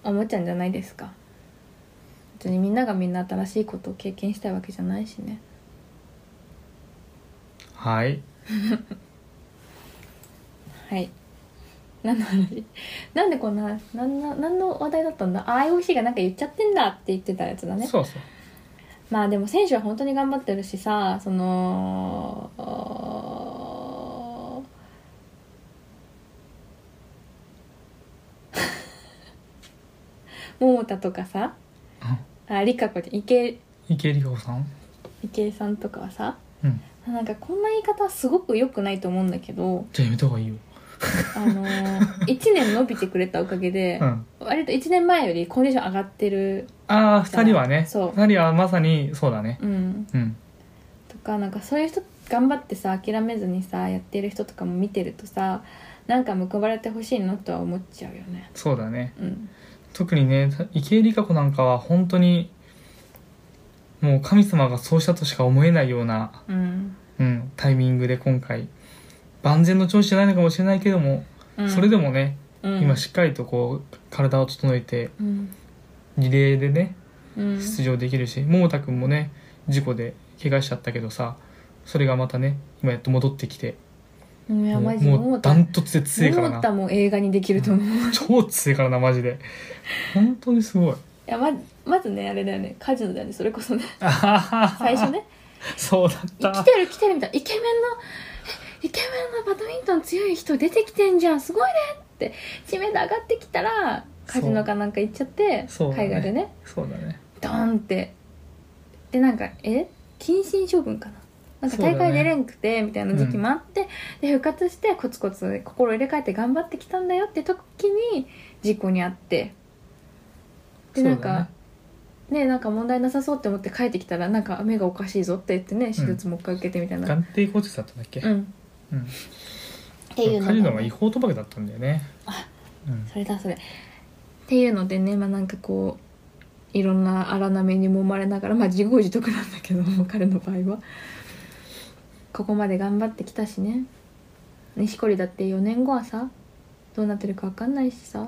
B: 思っちゃうんじゃないですか別にみんながみんな新しいことを経験したいわけじゃないしね
A: はい。
B: はい。何の話なんでこんな話なんな何の話題だったんだあ IOC がなんか言っちゃってんだって言ってたやつだね
A: そうそう。
B: まあでも選手は本当に頑張ってるしさそのおー桃田とかさあリカ子ちゃん池
A: 池江璃花子さん。
B: 池江さんとかはさ
A: うん。
B: なんかこんな言い方はすごく良くないと思うんだけど
A: じゃあやめた方がいいよ。
B: あの1年伸びてくれたおかげで、
A: うん。
B: 割と1年前よりコンディション上がってる、
A: ああ、二人はね。
B: そう
A: 二人はまさにそうだね。
B: うん、
A: うん。
B: とかなんかそういう人頑張ってさ諦めずにさやってる人とかも見てるとさなんか報われてほしいなとは思っちゃうよね
A: そうだね。
B: うん
A: 特にね、池江璃花子なんかは本当に、もう神様がそうしたとしか思えないような、
B: うん、
A: うん、タイミングで今回、万全の調子じゃないのかもしれないけども、
B: うん、
A: それでもね、
B: うん、
A: 今しっかりとこう、体を整えて、
B: うん
A: リレーでね、
B: うん
A: 出場できるし桃田君もね事故で怪我しちゃったけどさそれがまたね今やっと戻ってきて
B: うんいや
A: も
B: マ
A: う
B: ジで
A: も
B: 思
A: う
B: っ
A: ダ
B: た
A: ントツで強いから
B: 思った
A: な
B: もん映画にできると思う、 い
A: 超強いからなマジで本当にすごい
B: やままずねあれだよねカジノだよねそれこそね最
A: 最
B: 初ね
A: そうだ
B: 来
A: った
B: てる来てるみたいなイケメンのえイケメンのバドミントン強い人出てきてんじゃんすごいねって知名度上がってきたらカジノかなんか行っちゃって、
A: そうそうだね
B: 海外でね
A: そうだね
B: ドーンってでなんかえ謹慎処分かななんか
A: そうだね
B: 大会出れんくてみたいな時期もあって、で復活してコツコツ心入れ替えて頑張ってきたんだよって時に事故に遭って
A: そ
B: で
A: うだね
B: なんか、ねなんか問題なさそうって思って帰ってきたらなんか目がおかしいぞって言ってね手術もう一回受けてみたいな、
A: 眼底骨折だったんだっけ、
B: うん、
A: うん
B: っていうのが
A: 彼のは違法賭博だったんだよねうん
B: それだそれっていうのでねまあなんかこういろんな荒波に揉まれながらまあ自業自得なんだけども 彼の場合はここまで頑張ってきたしね錦織だって4年後はさどうなってるか分かんないしさ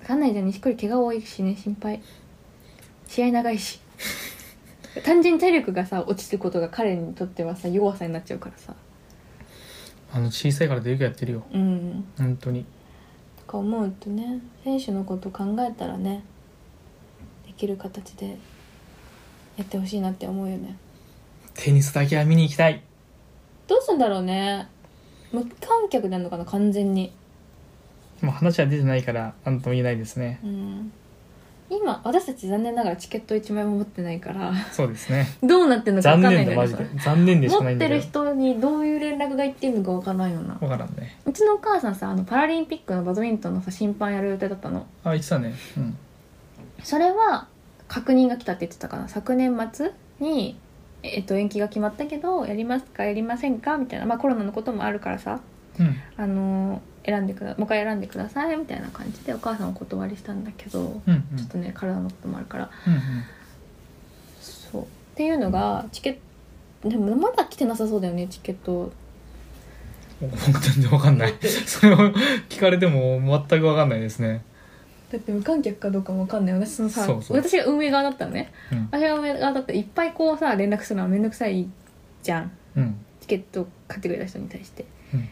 B: 分かんないじゃん錦織怪我多いしね心配試合長い し単純に体力がさ落ちることが彼にとってはさ弱さになっちゃうからさ
A: あの小さいからでよくやってるよ
B: うん
A: 本当に
B: とか思うとね選手のこと考えたらねできる形でやってほしいなって思うよね
A: テニスだけは見に行きたい
B: どうすんだろうね無観客なのかな完全に
A: もう話は出てないから何とも言えないですね
B: うん今私たち残念ながらチケット1枚も持ってないから
A: そうですね
B: どうなってんのか
A: 残
B: 分かんな
A: 念
B: い
A: だ
B: ん
A: マ
B: だ
A: ジで
B: け
A: 残念でし
B: ど
A: かない
B: 持っ
A: ん
B: て
A: だ
B: る
A: け
B: 人にどういう連絡がいってんのか分からんよな
A: どわからんね
B: うちのお母さんさあのパラリンピックのバドミントンのさ審判やる予定だったの
A: あ言ってたねうん
B: それは確認が来たって言ってたかな昨年末に、えっと、延期が決まったけどやりますかやりませんかみたいな、まあ、コロナのこともあるからさ、
A: うん
B: あのー選んでくだもう一回選んでくださいみたいな感じでお母さんお断りしたんだけど、
A: うんうん
B: ちょっとね体のこともあるから
A: うん
B: そうっていうのがチケットでもまだ来てなさそうだよねチケット
A: うん僕全然わかんない それを聞かれても全くわかんないですね
B: だって無観客かどうかもわかんない私そのさ
A: そうそう
B: 私が運営側だったのね
A: うん
B: 私が運営側だったらいっぱいこうさ連絡するのは面倒くさいじゃん
A: うん
B: チケットを買ってくれた人に対して、
A: うん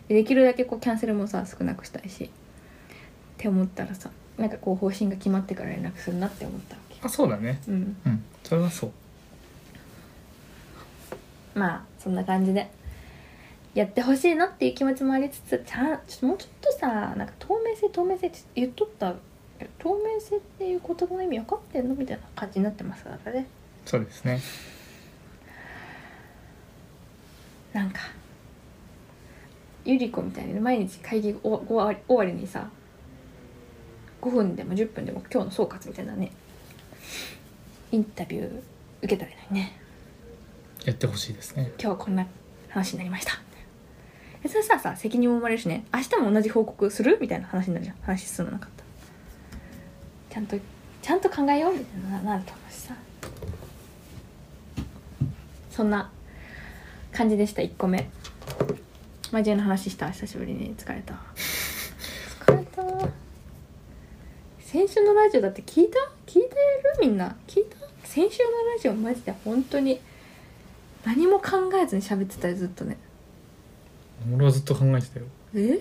B: でできるだけこうキャンセルもさ少なくしたいしって思ったらさなんかこう方針が決まってから連絡するなって思ったわ
A: あそうだね
B: けうん
A: うんそれはそう
B: まあそんな感じでやってほしいなっていう気持ちもありつつちゃんちょっともうちょっとさなんか透明性透明性って言っとった透明性っていう言葉の意味分かってんのみたいな感じになってますからね
A: そうですね
B: なんかゆり子みたいに毎日会議終わ終わり終わりにさ5分でも10分でも今日の総括みたいなねインタビュー受けたらいいのにね
A: やってほしいですね
B: 今日はこんな話になりましたえそれささ責任も生まれるしね明日も同じ報告するみたいな話になるじゃん話進まなかったちゃんとちゃんと考えようみたいななると思うしさそんな感じでした1個目真面目な話した久しぶりに疲れた疲れた先週のラジオだって聞いた聞いてるみんな聞いた先週のラジオマジで本当に何も考えずに喋ってたよずっとね
A: 俺はずっと考えてたよ
B: え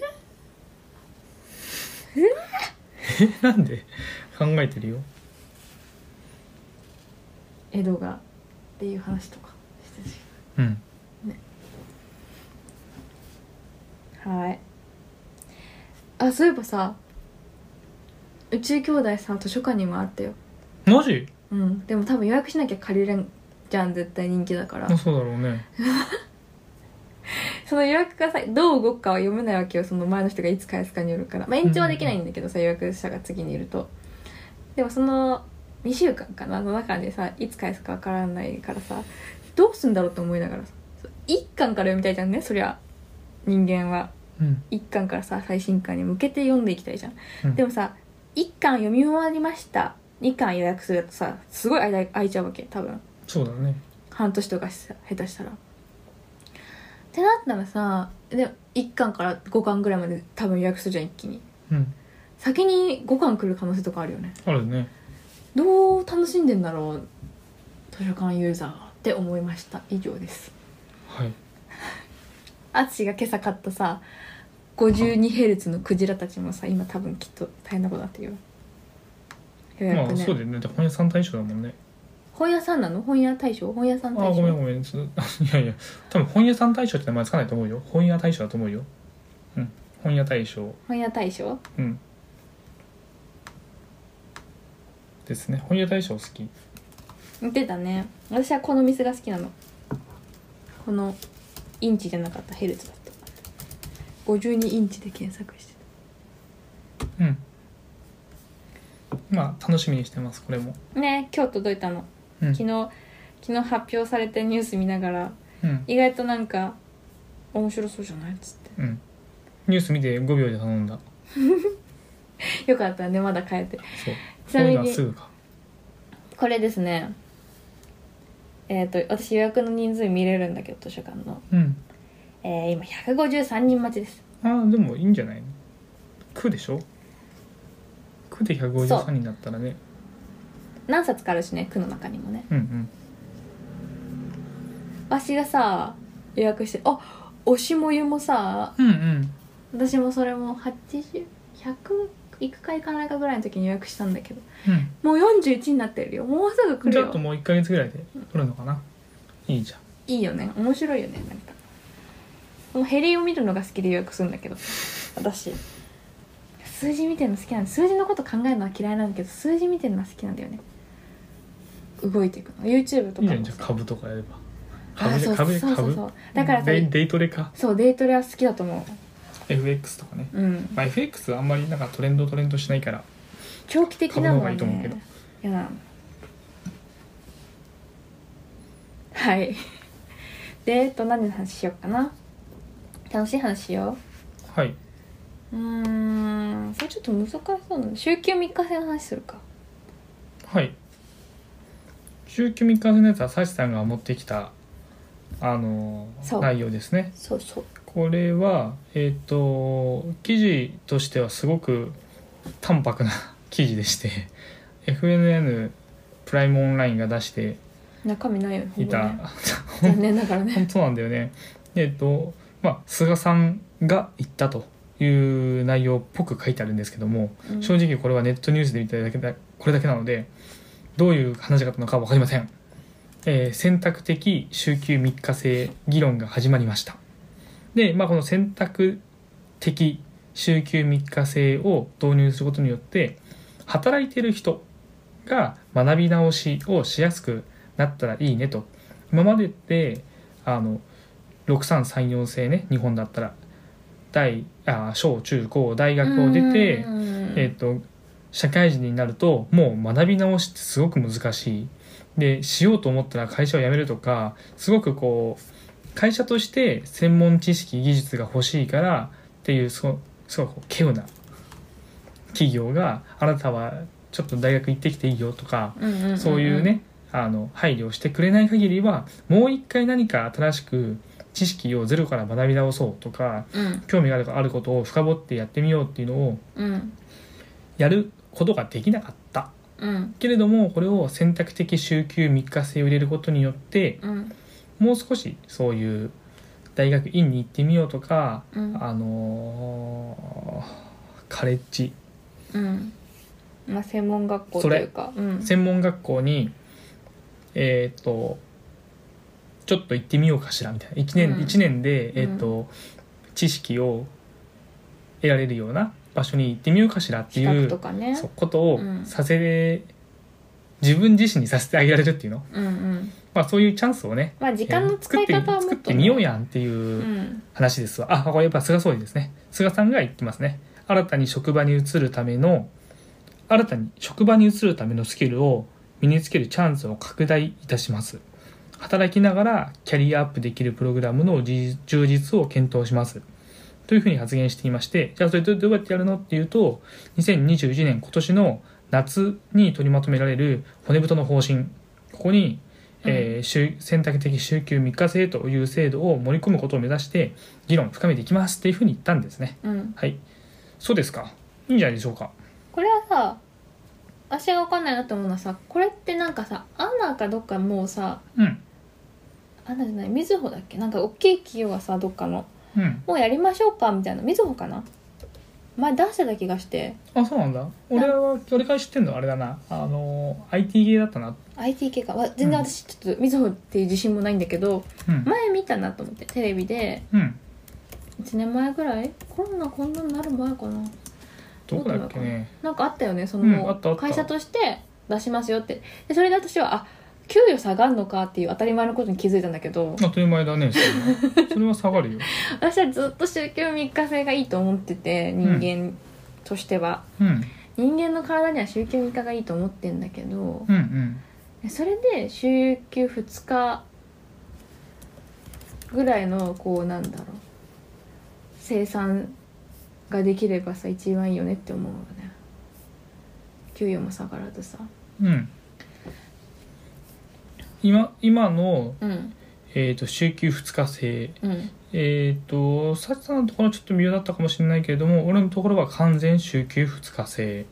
A: えなんで考えてるよ
B: 江戸がっていう話とかしてるし
A: うん
B: はいあそういえばさ宇宙兄弟さん図書館にもあったよ
A: マジ
B: うんでも多分予約しなきゃ借りれんじゃん絶対人気だから
A: あそうだろうね
B: その予約がさどう動くかは読めないわけよその前の人がいつ返すかによるからまあ延長はできないんだけどさ、予約者が次にいるとでもその2週間かなの中でさいつ返すかわからないからさどうすんだろうと思いながらさ1巻から読みたいじゃんねそりゃ人間は
A: うん
B: 1巻からさ最新巻に向けて読んでいきたいじゃん、
A: うん
B: でもさ1巻読み終わりました2巻予約するとさすごい間空いちゃうわけ多分
A: そうだね
B: 半年とかし下手したら。ってなったらさで1巻から5巻ぐらいまで多分予約するじゃん一気に
A: うん
B: 先に5巻来る可能性とかあるよね
A: あるね
B: どう楽しんでんだろう図書館ユーザーって思いました以上です
A: はい
B: 淳が今朝買ったさ 52Hz のクジラたちもさ今多分きっと大変なことだっていう予
A: ま
B: 約
A: あ
B: ね
A: そうだよねだって本屋さん対象だもんね
B: 本屋さんなの本屋大賞本屋さん
A: あ
B: 大
A: ごめん
B: 賞
A: ごめんちょっと いやいや多分本屋さん大賞って名前つかないと思うよ本屋大賞だと思うようん本屋大賞
B: 本屋大賞
A: うんですね本屋大賞好き
B: 見てたね私はこの店が好きなのこのインチじゃなかったヘルツだった52インチで検索して
A: うんまあ楽しみにしてますこれも
B: たね今日届いたの
A: うん
B: 昨日昨日発表されてニュース見ながら
A: うん、
B: 意外となんか面白そうじゃないっつっ
A: うん、ニュース見て5秒で頼んだ
B: てよかったねまだ変えて
A: そう
B: ちなみに
A: こういうのはすぐか
B: これですねえっ、と私予約の人数見れるんだけど図書館の、
A: うん
B: えー今153人待ちです
A: あーでもいいんじゃない9でしょ9で153人だったらね
B: 何冊かあるしね区の中にもね
A: うん
B: わしがさ予約してあおしもゆもさ
A: うんうんうん
B: 私もそれも80100行くか行かないかぐらいの時に予約したんだけど
A: うん
B: もう41になってるよもうすぐ来
A: ちょ
B: る
A: っと
B: よ
A: もう1か月ぐらいで来るのかな、いいじゃん
B: いいよね面白いよねなんかこのヘリを見るのが好きで予約するんだけど私数字見てるの好きなんで数字のこと考えるのは嫌いなんだけど数字見てるのは好きなんだよね動いていくの YouTube と
A: いいじ
B: か
A: ゃん
B: も
A: じゃあ
B: さ
A: 株とかやれば
B: あ
A: 株
B: そう
A: で
B: そう
A: 株で
B: そうそう
A: 株
B: そうだからさ
A: デイデイトレか
B: そうデイトレは好きだと思
A: FX とかね、
B: ううん
A: まあ、FX はあんまりなんかトレンドトレンドしないから
B: 長期的なの
A: 株の
B: は
A: 方がいいと思うけど
B: ね嫌なのはい でえっと何の話しようかな楽しい話しよ
A: はいう
B: ううーんそれちょっと難しそうなの週休3日制の話するか
A: はい週休3日制のやつはサシさんが持ってきたあの
B: そう
A: 内容ですね
B: そうそう
A: これはえっ、と記事としてはすごく淡白な 記事でして FNN プライムオンラインが出して
B: 中身ないよねほ
A: い
B: ぼ
A: た、
B: ね残念ながら ね
A: 本当なんだよねえっ、とまあ菅さんが言ったという内容っぽく書いてあるんですけども、
B: うん
A: 正直これはネットニュースで見ただけだこれだけなのでどういう話だったのか分かりません、えー選択的週休3日制議論が始まりましたで、まあ、この選択的週休3日制を導入することによって働いてる人が学び直しをしやすくなったらいいねと今までってあの6334制ね日本だったら大あ小中高大学を出て、
B: うーん
A: えっと社会人になるともう学び直しってすごく難しいでしようと思ったら会社を辞めるとかすごくこう会社として専門知識技術が欲しいからっていうすごすごくこう稀有な企業があなたはちょっと大学行ってきていいよとか
B: うんんんん
A: そういうねあの配慮をしてくれない限りはもう一回何か新しく知識をゼロから学び直そうとか
B: うん
A: 興味があるあることを深掘ってやってみようっていうのを
B: うん
A: やることができなかった
B: うん
A: けれどもこれを選択的週休3日制を入れることによって
B: うん
A: もう少しそういう大学院に行ってみようとか、
B: うん
A: あのーカレッジ
B: うんまあ専門学校というかうん
A: 専門学校にえっ、とちょっと行ってみようかしらみたいな1年,、
B: うん
A: 一年で、
B: ん
A: えーと知識を得られるような場所に行ってみようかしらって
B: 資
A: い
B: 格
A: う
B: とかね
A: そうことを
B: うん
A: させ、自分自身にさせてあげられるっていうの、
B: うんうん
A: まあ、そういうチャンスをね
B: まあ時間の使い
A: えー
B: 方はもっとね
A: 作って作ってみようやんっていうううん話ですわ、あこれやっぱ菅総理ですね菅さんが言ってますね新たに職場に移るための新たに職場に移るためのスキルを身につけるチャンスを拡大いたします働きながらキャリアアップできるプログラムの充充実を検討しますというふうに発言していましてじゃあそれどどうやってやるのっていうと2021年今年の夏に取りまとめられる骨太の方針ここに、えー週選択的週休3日制という制度を盛り込むことを目指して議論を深めていきますっていうふうに言ったんですね
B: うん
A: はいそうですかいいんじゃないでしょうか
B: これはさ私が分かんないなと思うのはさこれってなんかさアナかどっかもうさ
A: うん
B: アナじゃないみずほだっけなんか大きい企業がさどっかの
A: うん
B: もうやりましょうかみたいなみずほかな前出してた気がして
A: あそうなんだ俺は俺から知ってんのはあれだなあの IT 系だったな
B: IT 系かわ全然
A: うん
B: 私ちょっとみずほっていう自信もないんだけど
A: うん
B: 前見たなと思ってテレビで
A: うん
B: 1年前ぐらいコロナこんなになる前かな
A: どこだっけね
B: なんかあったよねそ
A: うんあ
B: の
A: ったあった
B: 会社として出しますよってでそれで私はあ給与下がんのかっていう当たり前のことに気づいたんだけど
A: 当たり前だねそれはそれは下がるよ
B: 私はずっと週休3日制がいいと思ってて人間としては、
A: うんうん
B: 人間の体には週休3日がいいと思ってんだけど
A: うん
B: それで週休2日ぐらいのこうなんだろう生産ができればさ一番いいよねって思うよね給与も下がらずさ
A: うん今今の、
B: うん
A: えー、と週休2日制
B: うん
A: えっ、とサチさんのところはちょっと微妙だったかもしれないけれども俺のところは完全週休2日制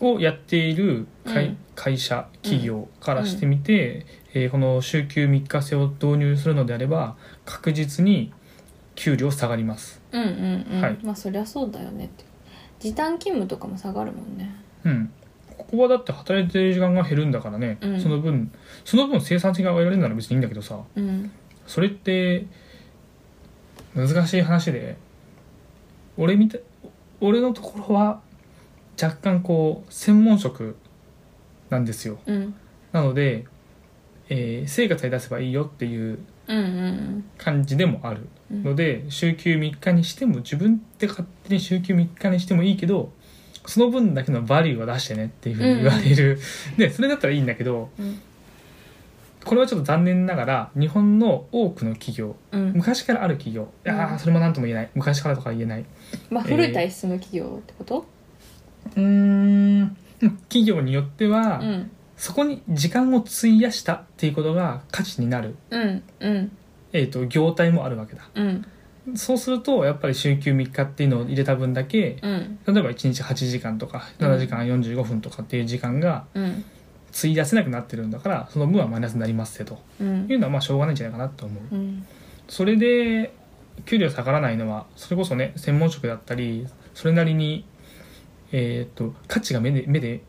A: をやっている会,、
B: うん
A: 会社企業からしてみて、えーこの週休3日制を導入するのであれば確実に給料下がります
B: うんうんうん、
A: はい
B: まあそりゃそうだよねって時短勤務とかも下がるもんね
A: うんここはだって働いてる時間が減るんだからね、
B: うん
A: その分その分生産性が上がるなら別にいいんだけどさ、
B: うん
A: それって難しい話で俺みた俺のところは若干こう専門職なんですよ
B: うん
A: なので、えー成果さえ出せばいいよっていう
B: うんうん
A: 感じでもある
B: うん
A: ので、週休3日にしても自分で勝手に週休3日にしてもいいけどその分だけのバリューは出してねっていうふうに言われる、でそれだったらいいんだけど
B: うん
A: これはちょっと残念ながら日本の多くの企業
B: うん
A: 昔からある企業いや
B: うん
A: ーそれも何とも言えない昔からとか言えない
B: まあ古い体質の企業ってこと、
A: うん企業によっては、
B: うん
A: そこに時間を費やしたっていうことが価値になる、
B: うんうん
A: えー、と業態もあるわけだ
B: うん
A: そうするとやっぱり週休3日っていうのを入れた分だけ
B: うん
A: 例えば1日8時間とか
B: うん
A: 7時間45分とかっていう時間が
B: うん
A: 費やせなくなってるんだからその分はマイナスになりますよと
B: うん
A: いうのはまあしょうがないんじゃないかなと思う
B: うん
A: それで給料下がらないのはそれこそね専門職だったりそれなりに、えー、と価値が目で目で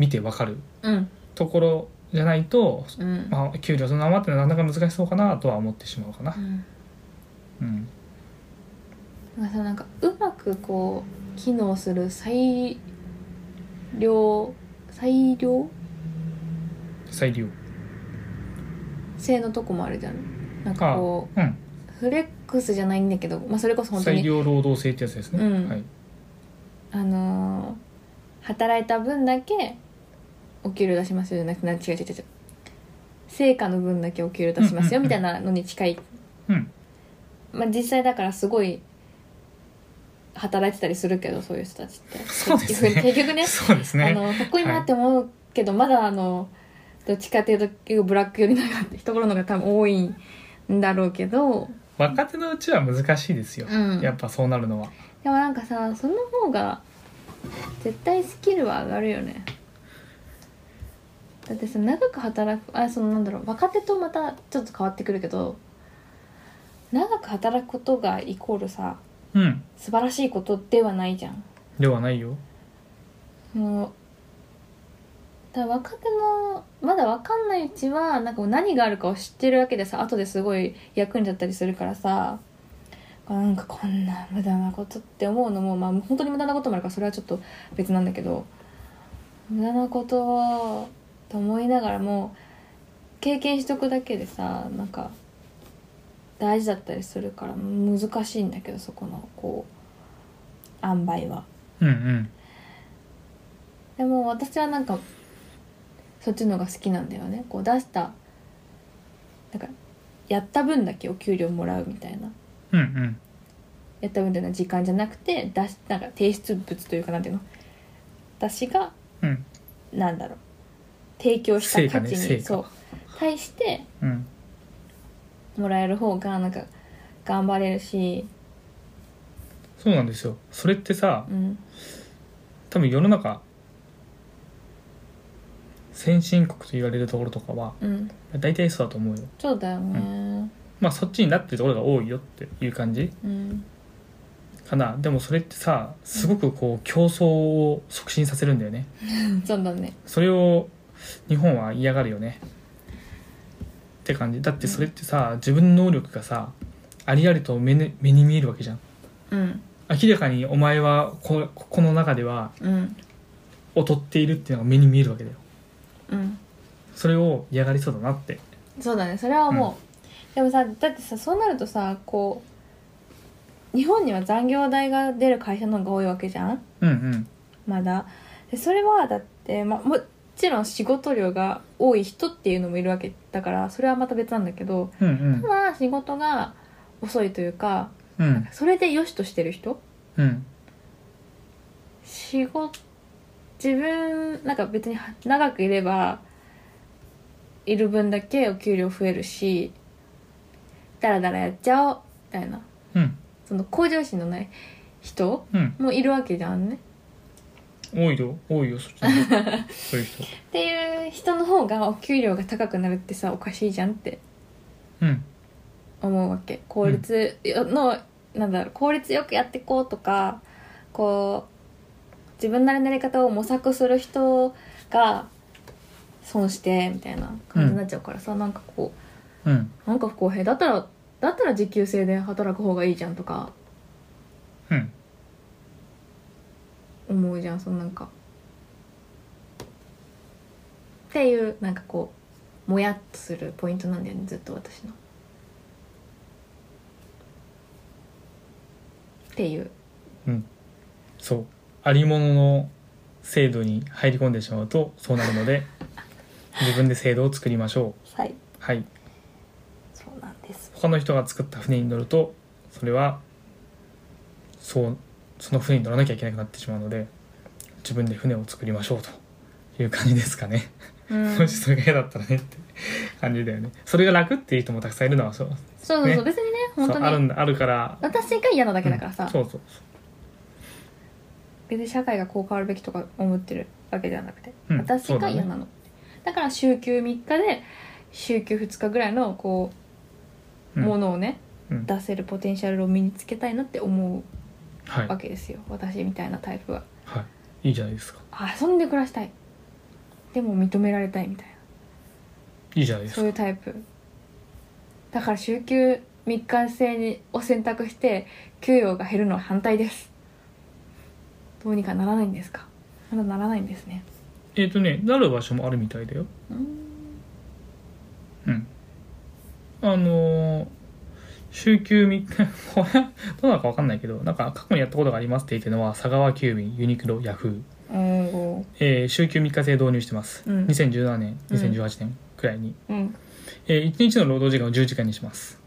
A: 見てわかる
B: うん
A: ところじゃないと、
B: うん
A: まあ、給料そのままってなかなか難しそうかなとは思ってしまうかな
B: う。ん
A: うん
B: なんかさなんかうまくこう機能する裁量裁量
A: 裁量
B: 性のとこもあるじゃんなんかこ
A: うん、
B: うフレックスじゃないんだけど、まあ、それこそ本当
A: 裁
B: に
A: 量労働制ってやつですね。
B: うん
A: はい、
B: あのー働いた分だけお給料出しますよじゃなくてな違う違う違う違う成果の分だけお給料出しま
A: うん
B: すよ
A: うんうん
B: みたいなのに近い
A: うん
B: まあ、実際だからすごい働いてたりするけどそういう人たちって
A: そうですね
B: 結局結局ね
A: そうですね。
B: あのかっこいいなって思うけど、まだあのどっちかっていうと結構ブラック寄りなところの方が多分多いんだろうけど
A: 若手のうちは難しいですよ、
B: うん
A: やっぱそうなるのは。
B: でもなんかさその方が絶対スキルは上がるよねだってさ長く働くあそのなんだろう若手とまたちょっと変わってくるけど長く働くことがイコールさ
A: うん、
B: 素晴らしいことではないじゃん
A: ではないよ。
B: もうだから若手のまだ分かんないうちはなんかもう何があるかを知ってるわけでさ後ですごい役に立ったりするからさなんかこんな無駄なことって思うのもまあ本当に無駄なこともあるからそれはちょっと別なんだけど無駄なことをと思いながらも経験しとくだけでさなんか大事だったりするから難しいんだけどそこのこう塩梅は。
A: うんうん。
B: でも私はなんかそっちの方が好きなんだよねこう出したなんかやった分だけお給料もらうみたいな
A: うんうん。
B: やった分っていうのは時間じゃなくて出しなんか提出物というかなんていうの私が
A: うん
B: なんだろう提供した価
A: 成果ね
B: 値に、
A: 成果
B: そう対して
A: うん
B: もらえる方がなんか頑張れるし、
A: そうなんですよ。それってさ、
B: うん、
A: 多分世の中先進国と言われるところとかは
B: うん、
A: 大体そうだと思うよ
B: そうだよね、
A: まあそっちになってるところが多いよっていう感じ
B: うん、
A: かなでもそれってさすごくこう競争を促進させるんだよね
B: そうだね、
A: それを日本は嫌がるよねって感じだってそれってさ自分の能力がさありありと目に目に見えるわけじゃん
B: うん、
A: 明らかにお前はこここの中では
B: うん、
A: 劣っているっていうのが目に見えるわけだよ
B: うん、
A: それを嫌がりそうだなって
B: そうだねそれはもう、でもさだってさそうなるとさこう日本には残業代が出る会社の方が多いわけじゃん
A: うんうん
B: まだでそれはだって、まあ、もちろん仕事量が多い人っていうのもいるわけだからそれはまた別なんだけど
A: うん
B: ただ仕事が遅いというか
A: うんうん
B: それで良しとしてる人
A: うん
B: 仕事自分なんか別に長くいればいる分だけお給料増えるしダラダラやっちゃおうみたいな
A: うん
B: その向上心のない人
A: うん
B: もいるわけじゃんね
A: 多いよ多いよそっちの方そういう人
B: っていう人の方がお給料が高くなるってさおかしいじゃんって
A: うん
B: 思うわけ効率の、なんだろう効率よくやっていこうとかこう自分なりのやり方を模索する人が損してみたいな感じになっちゃうからさ、なんかこ
A: うん
B: うなんか不公平だったらだったら時給制で働く方がいいじゃんとか
A: うん
B: 思うじゃんそのなんかっていうなんかこうもやっとするポイントなんだよねずっと私の。っていう
A: そうありものの制度に入り込んでしまうとそうなるので自分で制度を作りましょう
B: はい
A: はい
B: そうなんです
A: 他の人が作った船に乗るとそれはそうその船に乗らなきゃいけなくなってしまうので自分で船を作りましょうという感じですかね、
B: うん、そ
A: も
B: う
A: し
B: そ
A: それ
B: う
A: が嫌だったらねって感じだよねそれが楽っていう人もたくさんいるのはそう
B: そう、
A: ね
B: 別にね本
A: そうあ
B: 当
A: るん
B: に
A: だあるから
B: 私が嫌なだけだからさ、
A: うんそうそうそ
B: 別に社会がこう変わるべきとか思ってるわけじゃなくて、
A: うん
B: 私
A: そうだ
B: が
A: ね
B: 嫌なのだ,、から週休3日で週休2日ぐらいのこう、
A: う、うん
B: ものをね
A: うん
B: 出せるポテンシャルを身につけたいなって思
A: はいう
B: わけですよ私みたいなタイプは
A: はいいいじゃないですか
B: 遊んで暮らしたいでも認められたいみたい
A: いいじゃないで
B: な
A: す
B: そ
A: か
B: ういうタイプだから週休3日制にを選択して給与が減るのは反対ですどうにかならないんですかまだならないんですね
A: えっ、とねなる場所もあるみたいだよ
B: うん
A: うんあのー週休3日これは どうなのか分かんないけどなんか過去にやったことがありますって言ってるのは佐川急便ユニクロヤフー、
B: うん
A: えー週休3日制導入してます、
B: うん
A: 2017年
B: うん
A: 2018年くらいに、
B: うん
A: え1日の労働時間を10時間にします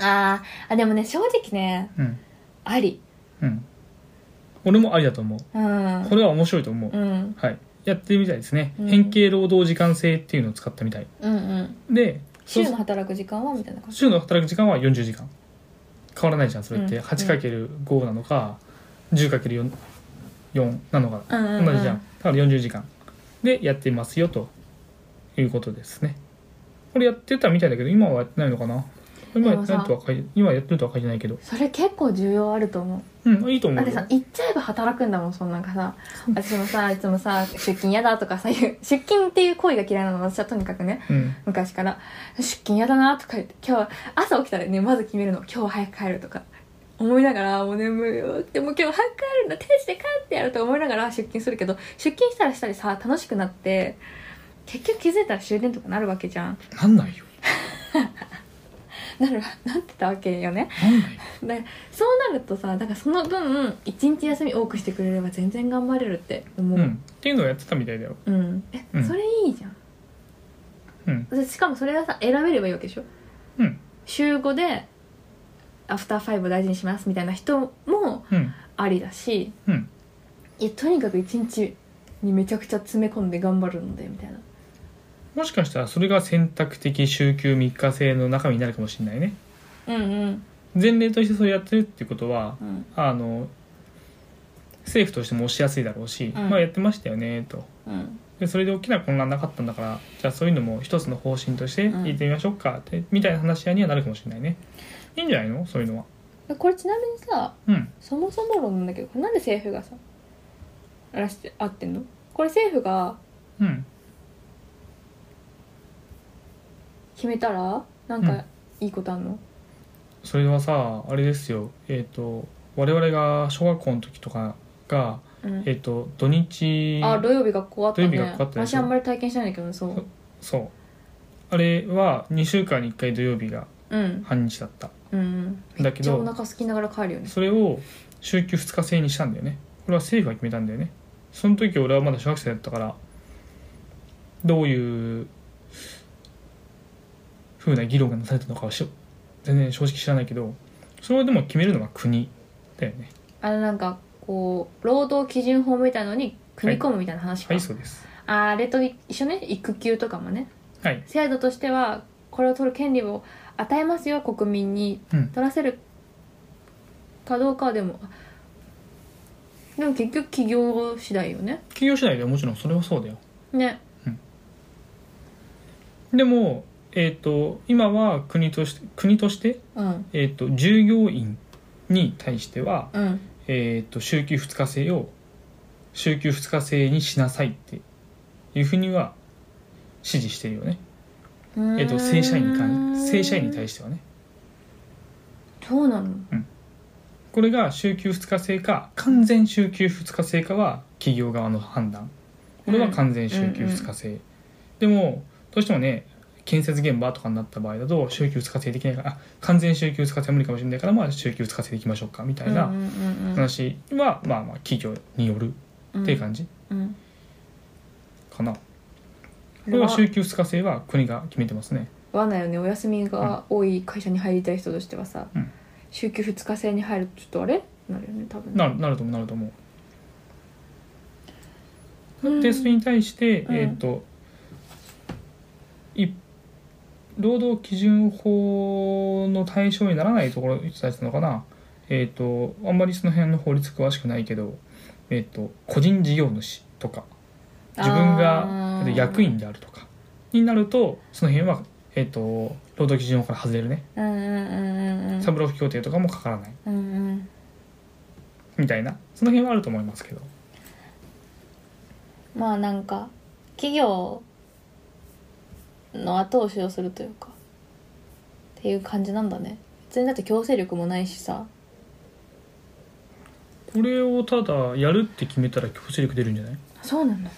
B: あーあでもね正直ね
A: うん
B: あり
A: うん俺もありだと思う
B: うん
A: これは面白いと思う、
B: うん
A: はいやってみたいですね、
B: うん
A: 変形労働時間制っていうのを使ったみたい
B: うんうん
A: で
B: 週の働く時間はみたいな感じ
A: 週の働く時間は40時間変わらないじゃんそれって、
B: うん
A: 8×5 なのか 10×4 4なのか
B: うんうんうん
A: 同じじゃんだから40時間でやってますよということですねこれやってたみたいだけど今はやってないのかな今やってないとは書い今やってるとは書いてないけど
B: それ結構重要あると思う
A: うんいいと思
B: だっ
A: う
B: て
A: よ
B: さ行っちゃえば働くんだもんそんなんかさ私もさいつもさ出勤嫌だとかさ言う出勤っていう行為が嫌いなの私はとにかくね
A: うん
B: 昔から出勤嫌だなとか言って今日は朝起きたらねまず決めるの今日は早く帰るとか思いながらもう眠いよでも今日は早く帰るんだ定時で帰ってやると思いながら出勤するけど出勤したらしたりさ楽しくなって結局気づいたら終電とかなるわけじゃん
A: なんないよ
B: なるなってたわけよね
A: なんないよ
B: でそうなるとさだからその分一日休み多くしてくれれば全然頑張れるって思
A: う
B: う、
A: んっていうのをやってたみたいだよ
B: うん、え、
A: うん
B: それいいじゃん
A: うん
B: でしかもそれがさ選べればいいわけでしょ
A: うん
B: 週5でアフターファイブを大事にしますみたいな人も
A: うん
B: ありだし
A: うん
B: いやとにかく一日にめちゃくちゃ詰め込んで頑張るのでみたいな
A: もしかしたらそれが選択的週休3日制の中身になるかもしれないね
B: うんうん
A: 前例としてそれやってるってことは
B: うん
A: あの政府としても押しやすいだろうし、
B: うん
A: まあやってましたよねと
B: うん
A: でそれで大きな混乱なかったんだからじゃあそういうのも一つの方針として
B: うん
A: 言ってみましょうかって、みたいな話し合いにはなるかもしれないねいいんじゃないのそういうのは
B: でこれちなみにさ
A: うん
B: そもそも論なんだけどこれなんで政府がさあらして合ってんのこれ政府が
A: うん
B: 決めたらなん
A: うん
B: かいいことあんの、
A: それはさあれですよえっ、と我々が小学校の時とかが
B: うん
A: えっと土日
B: あ土曜日学校あったね
A: 土曜日学校あったでし
B: 私
A: ょ
B: あんまり体験してないんだけどねそう
A: そうあれは2週間に1回土曜日が
B: うん
A: 半日だった
B: うん
A: だけ
B: じゃあお
A: ど
B: 腹すきながら帰るよね
A: それを週休2日制にしたんだよねこれは政府が決めたんだよねその時俺はまだ小学生だったからどういうふうな議論がなされたのかはし全然正直知らないけどそれをでも決めるのが国だよね
B: あのなんかこう労働基準法みたいのに組み込むみたいな話か、
A: はいそうです
B: ああれと一緒ね育休とかもね
A: はい
B: 制度としてはこれを取る権利を与えますよ国民に
A: うん
B: 取らせるかどうかはでもでも結局企業次第よね
A: 企業次第ではもちろんそれはそうだよ
B: ね
A: でもえっ、と今は国として国として
B: うん
A: えー、と従業員に対しては、
B: うん
A: えー、と週休2日制を週休2日制にしなさいっていうふうには指示してるよね、えー、と正社員に関正社員に対
B: し
A: し
B: て
A: てはね
B: そうなの
A: これが週休2日制か完全週休2日制かは企業側の判断これは完全週休2日制、でもどうしてもね建設現場とかになった場合だと週休2日制できないからあ完全週休2日制は無理かもしれないからまあ週休2日制でいきましょうかみたいな、
B: うんうんうんうん
A: 話は、まあまあ企業によるっていう感じ
B: うん
A: かな、
B: こ
A: こ
B: れ
A: れ
B: は
A: は週休2日制は国が決めてますね
B: わなよねお休みが多い会社に入りたい人としてはさ、
A: うん
B: 週休2日制に入るとちょっとあれなるよね多分ね
A: なるなると思うなると思
B: う
A: うんでそれに対して、
B: うん
A: えっ、とい労働基準法の対象にならないところ人たちなのかなえっ、とあんまりその辺の法律詳しくないけどえっ、と個人事業主とか自分
B: あ
A: が
B: ー
A: 役員であるとかになるとその辺は、えっと労働基準法から外れるね
B: うんうんうんうん
A: サブロフ協定とかもかからない
B: うんうん
A: みたいなその辺はあると思いますけど
B: まあなんか企業の後押しをするというかっていう感じなんだね別にだって強制力もないしさ
A: これをただやるって決めたら強制力出るんじゃない
B: そうなんだ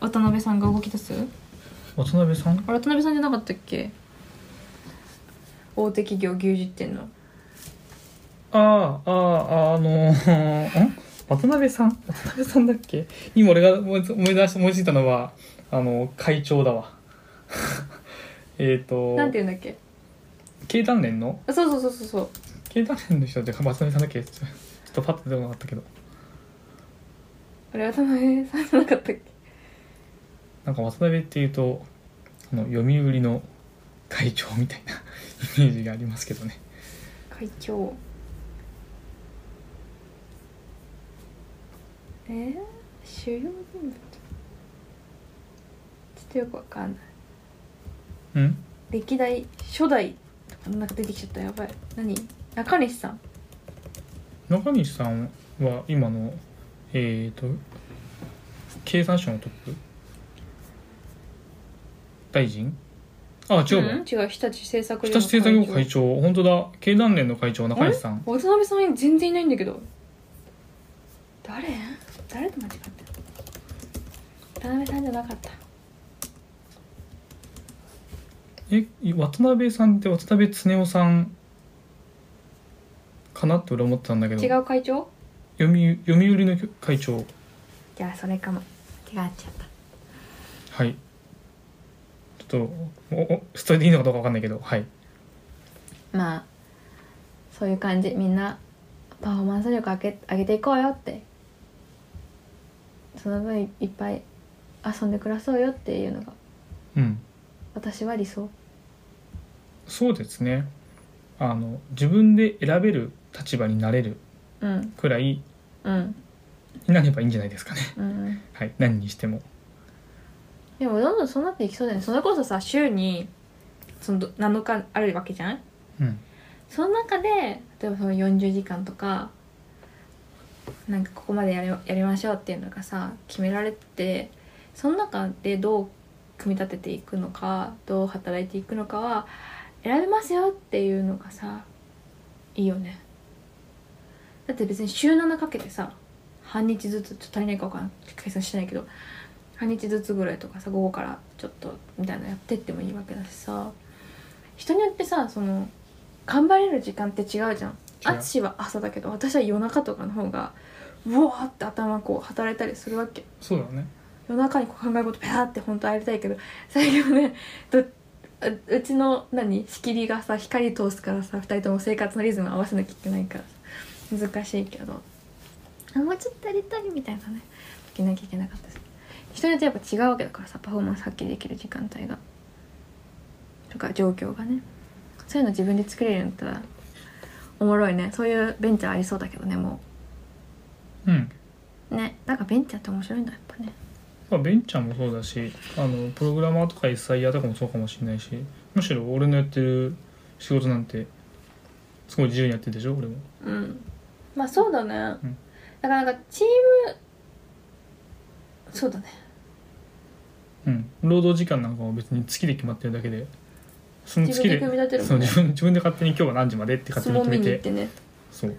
B: 渡辺さんが動き出す
A: 渡辺さん
B: あれ渡辺さんじゃなかったっけ大手企業牛耳ってんの
A: あああああのー、 ん渡辺さん渡辺さんだっけ今俺が思い思い出し思いついたのはあの会長だわ えっと
B: なんて言うんだっけ
A: 経団連の
B: あそうそうそうそうそう
A: 経団連の人って渡辺さんだっけちょちょっとパッと出てこなかったけど
B: あれ渡辺さんじゃなかったっけ
A: なんか渡辺っていうとあの読売の会長みたいなイメージがありますけどね
B: 会長えー、主要人物ちょっとよくわかんない
A: うん
B: 歴代初代とかなんか出てきちゃったやばい何中西さん
A: 中西さんは今のえっ、と経産省のトップ大臣あ違うわ、
B: ん違う日立製作
A: 日立製作業会長本当だ経団連の会長中西さん
B: 渡辺さん全然いないんだけど誰誰と間違った渡辺さんじゃなかった
A: え渡辺さんって渡辺恒夫さんかなって俺は思ってたんだけど
B: 違う会長
A: 読売読売の会長
B: じゃあそれかも違っちゃった
A: はいちょっとおおそれでいいのかどうかわかんないけどはい
B: まあそういう感じみんなパフォーマンス力上げ上げていこうよってその分いっぱい遊んで暮らそうよっていうのが
A: うん
B: 私は理想
A: そうですねあの自分で選べる立場になれる
B: うん
A: くらいに
B: うん
A: なればいいんじゃないですかね
B: うん
A: はい何にしても
B: でもどんどんそうなっていきそうだよねそれこそさ週にそのど7日あるわけじゃん
A: うん
B: その中で例えばその40時間とかなんかここまでやりやりましょうっていうのがさ決められてその中でどう組み立てていくのかどう働いていくのかは選べますよっていうのがさいいよねだって別に週7かけてさ半日ずつちょっと足りないか分からん計算してないけど半日ずつぐらいとかさ午後からちょっとみたいなのやってってもいいわけだしさ人によってさその頑張れる時間って違うじゃん淳は朝だけど私は夜中とかの方がうわーって頭こう働いたりするわけ
A: そうだよね
B: 夜中にこう考え事ペラーって本当はやりたいけど最近はねどううちの何仕切りがさ光通すからさ2人とも生活のリズム合わせなきゃいけないからさ難しいけどあもうちょっとやりたいみたいなねいけなきゃいけなかったです人によってやっぱ違うわけだからさパフォーマンス発揮できる時間帯がとか状況がねそういうの自分で作れるようになったらおもろいねそういうベンチャーありそうだけどねも
A: うん
B: うねなんかベンチャーって面白いんだやっぱね
A: まあベンチャーもそうだしあのプログラマーとか SIR とかもそうかもしれないしむしろ俺のやってる仕事なんてすごい自由にやってるでしょ俺も
B: うんまあそうだね、
A: うん
B: だからなんかチームそうだね
A: うん労働時間なんかも別に月で決まってるだけでその月で
B: 自分で組み立てる
A: そ
B: も
A: うん
B: ね
A: 自分自分で勝手に今日は何時までって勝手
B: 相
A: に
B: 撲
A: 決
B: 見
A: め
B: に行っててね
A: そう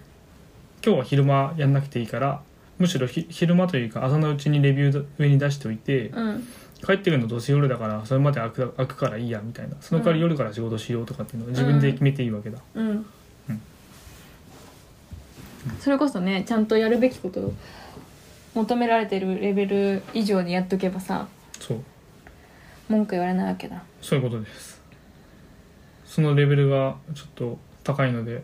A: 今日は昼間やんなくていいからむしろひ昼間というか朝のうちにレビューだ上に出しておいて、
B: うん
A: 帰ってくるのどうせ夜だからそれまで開く開くからいいやみたいなその代わり夜から仕事しようとかっていうのを自分で決めていいわけだ、
B: うん、
A: うん
B: それこそねちゃんとやるべきことを求められてるレベル以上にやっとけばさ
A: そう
B: 文句言われないわけだ
A: そういうことですそのレベルがちょっと高いので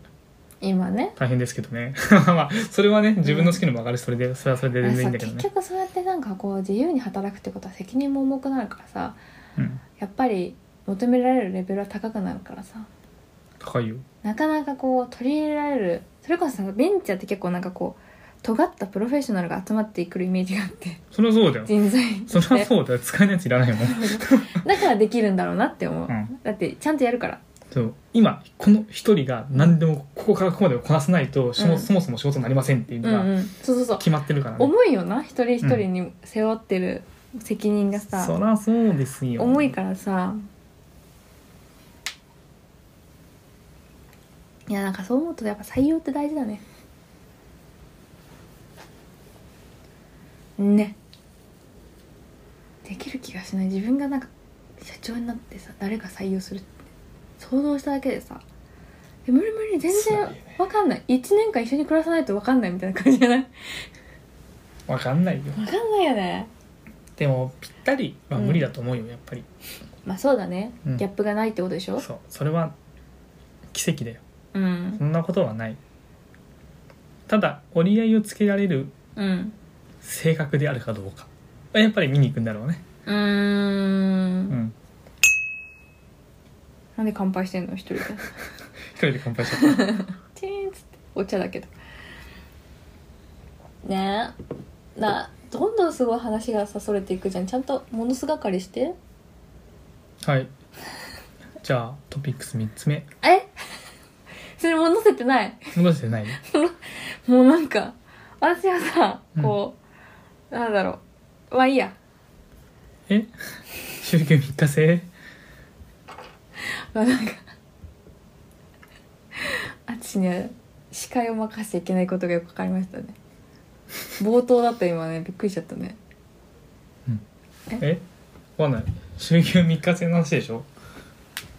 B: 今ね
A: 大変ですけどね まあそれはね自分の好きなのも上がるしそれでそれはそれで全然いいんだけど
B: 結
A: ね
B: 局そうやってなんかこう自由に働くってことは責任も重くなるからさ
A: うん
B: やっぱり求められるレベルは高くなるからさ
A: 高いよ
B: なかなかこう取り入れられるそれこそさベンチャーって結構なんかこう尖ったプロフェッショナルが集まってくるイメージがあって
A: それはそうだよ
B: 人材
A: それは
B: で
A: そうだよ使えないやついらないもん
B: だからできるんだろうなって思う、
A: うん
B: だってちゃんとやるから
A: そう今この一人が何でもここからここまでをこなさないと、そも
B: うん
A: そもそも仕事になりませんっていう
B: う
A: の
B: ん
A: が
B: うんそうそうそう
A: 決まってるからね、
B: 重いよな一人一人に背負ってる責任がさ、
A: そりゃそうですよ
B: 重いからさいやなんかそう思うとやっぱ採用って大事だねねできる気がしない自分がなんか社長になってさ誰が採用するって想像しただけでさえ無理無理全
A: 辛いよ
B: 然
A: ね
B: わかんない1年間一緒に暮らさないとわかんないみたいな感じじゃない
A: わかんないよ
B: わかんないよね
A: でもぴったりは無理だと思うよ、やっぱり
B: まあそうだね、
A: うん
B: ギャップがないってことでしょ
A: そうそれは奇跡だよ
B: うん
A: そんなことはないただ折り合いをつけられる
B: うん
A: 性格であるかどうかやっぱり見に行くんだろうね
B: うーん
A: う。ん
B: なんで乾杯してんの一人で。
A: 一人で乾杯しちゃった
B: チーンっつって。お茶だけど。ねえ。な、どんどんすごい話がさ、それていくじゃん。ちゃんと物すがかりして。
A: はいじゃあトピックス3つ目
B: え それ物せてない。
A: 戻してない
B: もうなんか、私はさ
A: う、ん
B: こう、なんだろう。まあいいや。
A: え 週休3日制
B: まあなんかあっちには司会を任せちゃいけないことがよく分かりましたね冒頭だった今ねびっくりしちゃったね
A: えわかんない週休3日制の話でしょ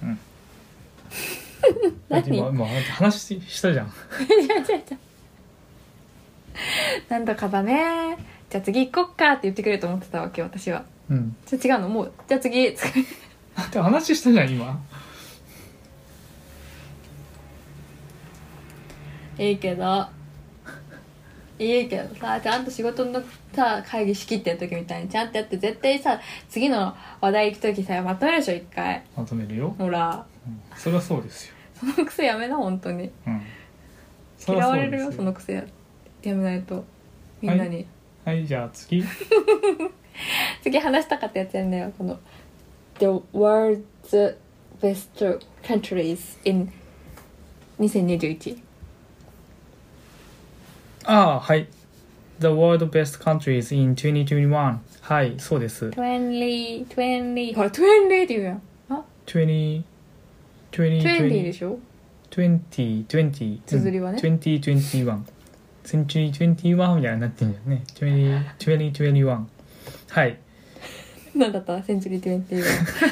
A: うん だって今今話したじゃん
B: 違う違う違う なんとかだねじゃあ次行こっかって言ってくれると思ってたわけよ私は
A: うん
B: ちょ違うのもうじゃあ次
A: だって話したじゃん今
B: いいけどいいけどさちゃんと仕事のさ会議仕切ってる時みたいにちゃんとやって絶対さ次の話題行く時さまとめるでしょ一回
A: まとめるよ、
B: ほら
A: うんそれはそうですよ、
B: その癖やめな本当に
A: うん、そ
B: 嫌
A: は
B: わ
A: う
B: れ
A: です
B: るよその癖ややめないとみんなに、
A: はいじゃあ次
B: 次話したかったやつやんなよこの「The world's best countries in 2021
A: ああはい The world best countries in 2021はいそうです」
B: 20 20ほら「20」って言うやんあ
A: 20
B: 20で
A: 20 20
B: しょ
A: 20 20
B: 綴りはね
A: 2021 2021みたいになってんじゃんね20 2021はい
B: なんだったセンチュリーティっていう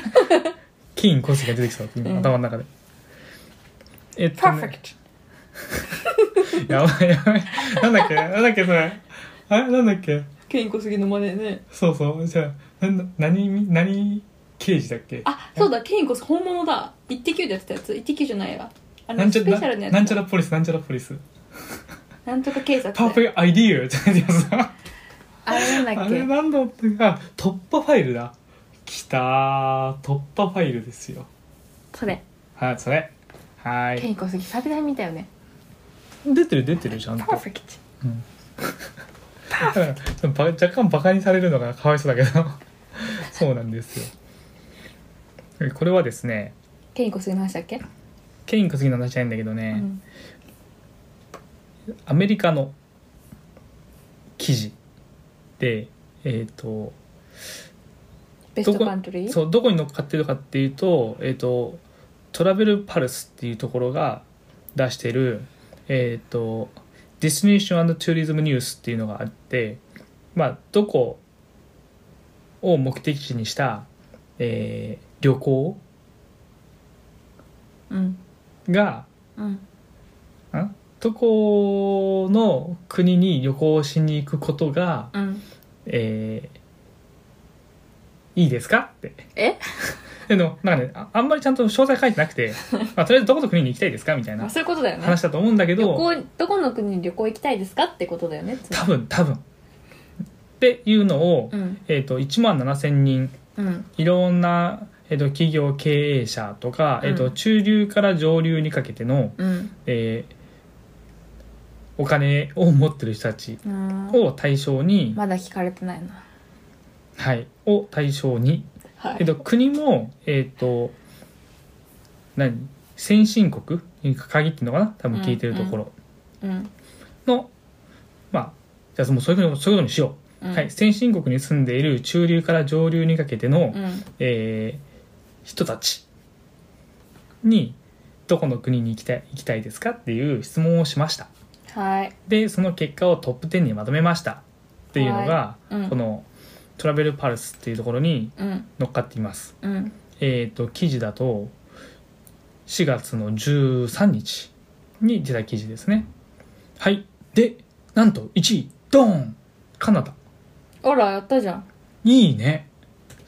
A: 金コスが出てきそう、
B: ん
A: 頭の中でえっ
B: パ
A: と、
B: ーフェ
A: ね
B: ク、ト
A: やばいやばいなん だっけなんだっけそれあれなんだっけ
B: ケインコスギの真似ね
A: そうそうじゃあなんだ何何刑事だっけ
B: あそうだケインコス本物だ「イッテ Q!」でやってたやつ「イッテ Q!」じゃないわあ
A: な
B: の
A: んち
B: ス
A: ゃ
B: ペシャルのや
A: な
B: つだ
A: なんちゃらポリスなんちゃらポリス
B: なんとか警察
A: パーフェクトアイディアじゃないですか
B: あれなんだ
A: あ
B: っ
A: れ
B: け
A: なんだったか突破ファイルだきたー突破ファイルですよ
B: それ
A: はいそれは
B: ケ
A: ー
B: イ
A: い
B: ンコスギ久々に見たよね
A: 出てる出てるちゃんと
B: パーフェクト
A: うん、 うんば若干バカにされるのがかわいそうだけ どそうなんですよこれはですね
B: ケインコスギの話だっけ、
A: ケイン・コスギの話じゃないんだけど
B: う
A: ね、
B: ん、
A: アメリカの記事でえっ、と
B: ベストカントリー
A: そうどこに乗っかってるかっていうと,、えー、とトラベルパルスっていうところが出してる、えー、とディスティネーションツーリズムニュースっていうのがあって、まあ、どこを目的地にした、えー旅行
B: うん
A: が
B: うん
A: んどこの国に旅行しに行くことが、
B: うん
A: えーいいですかって
B: え
A: でもなんかねああんまりちゃんと詳細書いてなく て、まあ、とりあえずどこの国に行きたいですかみたい
B: まあ
A: な
B: そういうことだよね
A: 話だと思うんだけ
B: 旅
A: ど
B: 行どこの国に旅行行きたいですかってことだよねつま
A: 多分多分っていうのを、
B: りうん
A: えー、と1万7,000人
B: うん
A: いろんな、えー、と企業経営者とか、えー、
B: う
A: と
B: ん
A: 中流から上流にかけての、
B: うん
A: えーお金を持ってる人たち
B: あー
A: を対象に、
B: まだ聞かれてないな
A: はい、を対象に、
B: は
A: えー、と国も、えー、と何先進国に限ってんのかな多分聞いてるところ、
B: うん
A: の、まあ、じゃあもうそういうことそういうことにしよう、
B: うん
A: はい、先進国に住んでいる中流から上流にかけての、
B: うん
A: えー人たちにどこの国に行きたい行きたいですかっていう質問をしました
B: はい
A: でその結果をトップ10にまとめましたっていうのが、
B: はいうん
A: このトラベルパルスっていうところに
B: うん
A: 乗っかっています
B: うん
A: えっ、と記事だと4月の13日に出た記事ですねはいでなんと1位ドーンカナダ
B: あらやったじゃん
A: いいね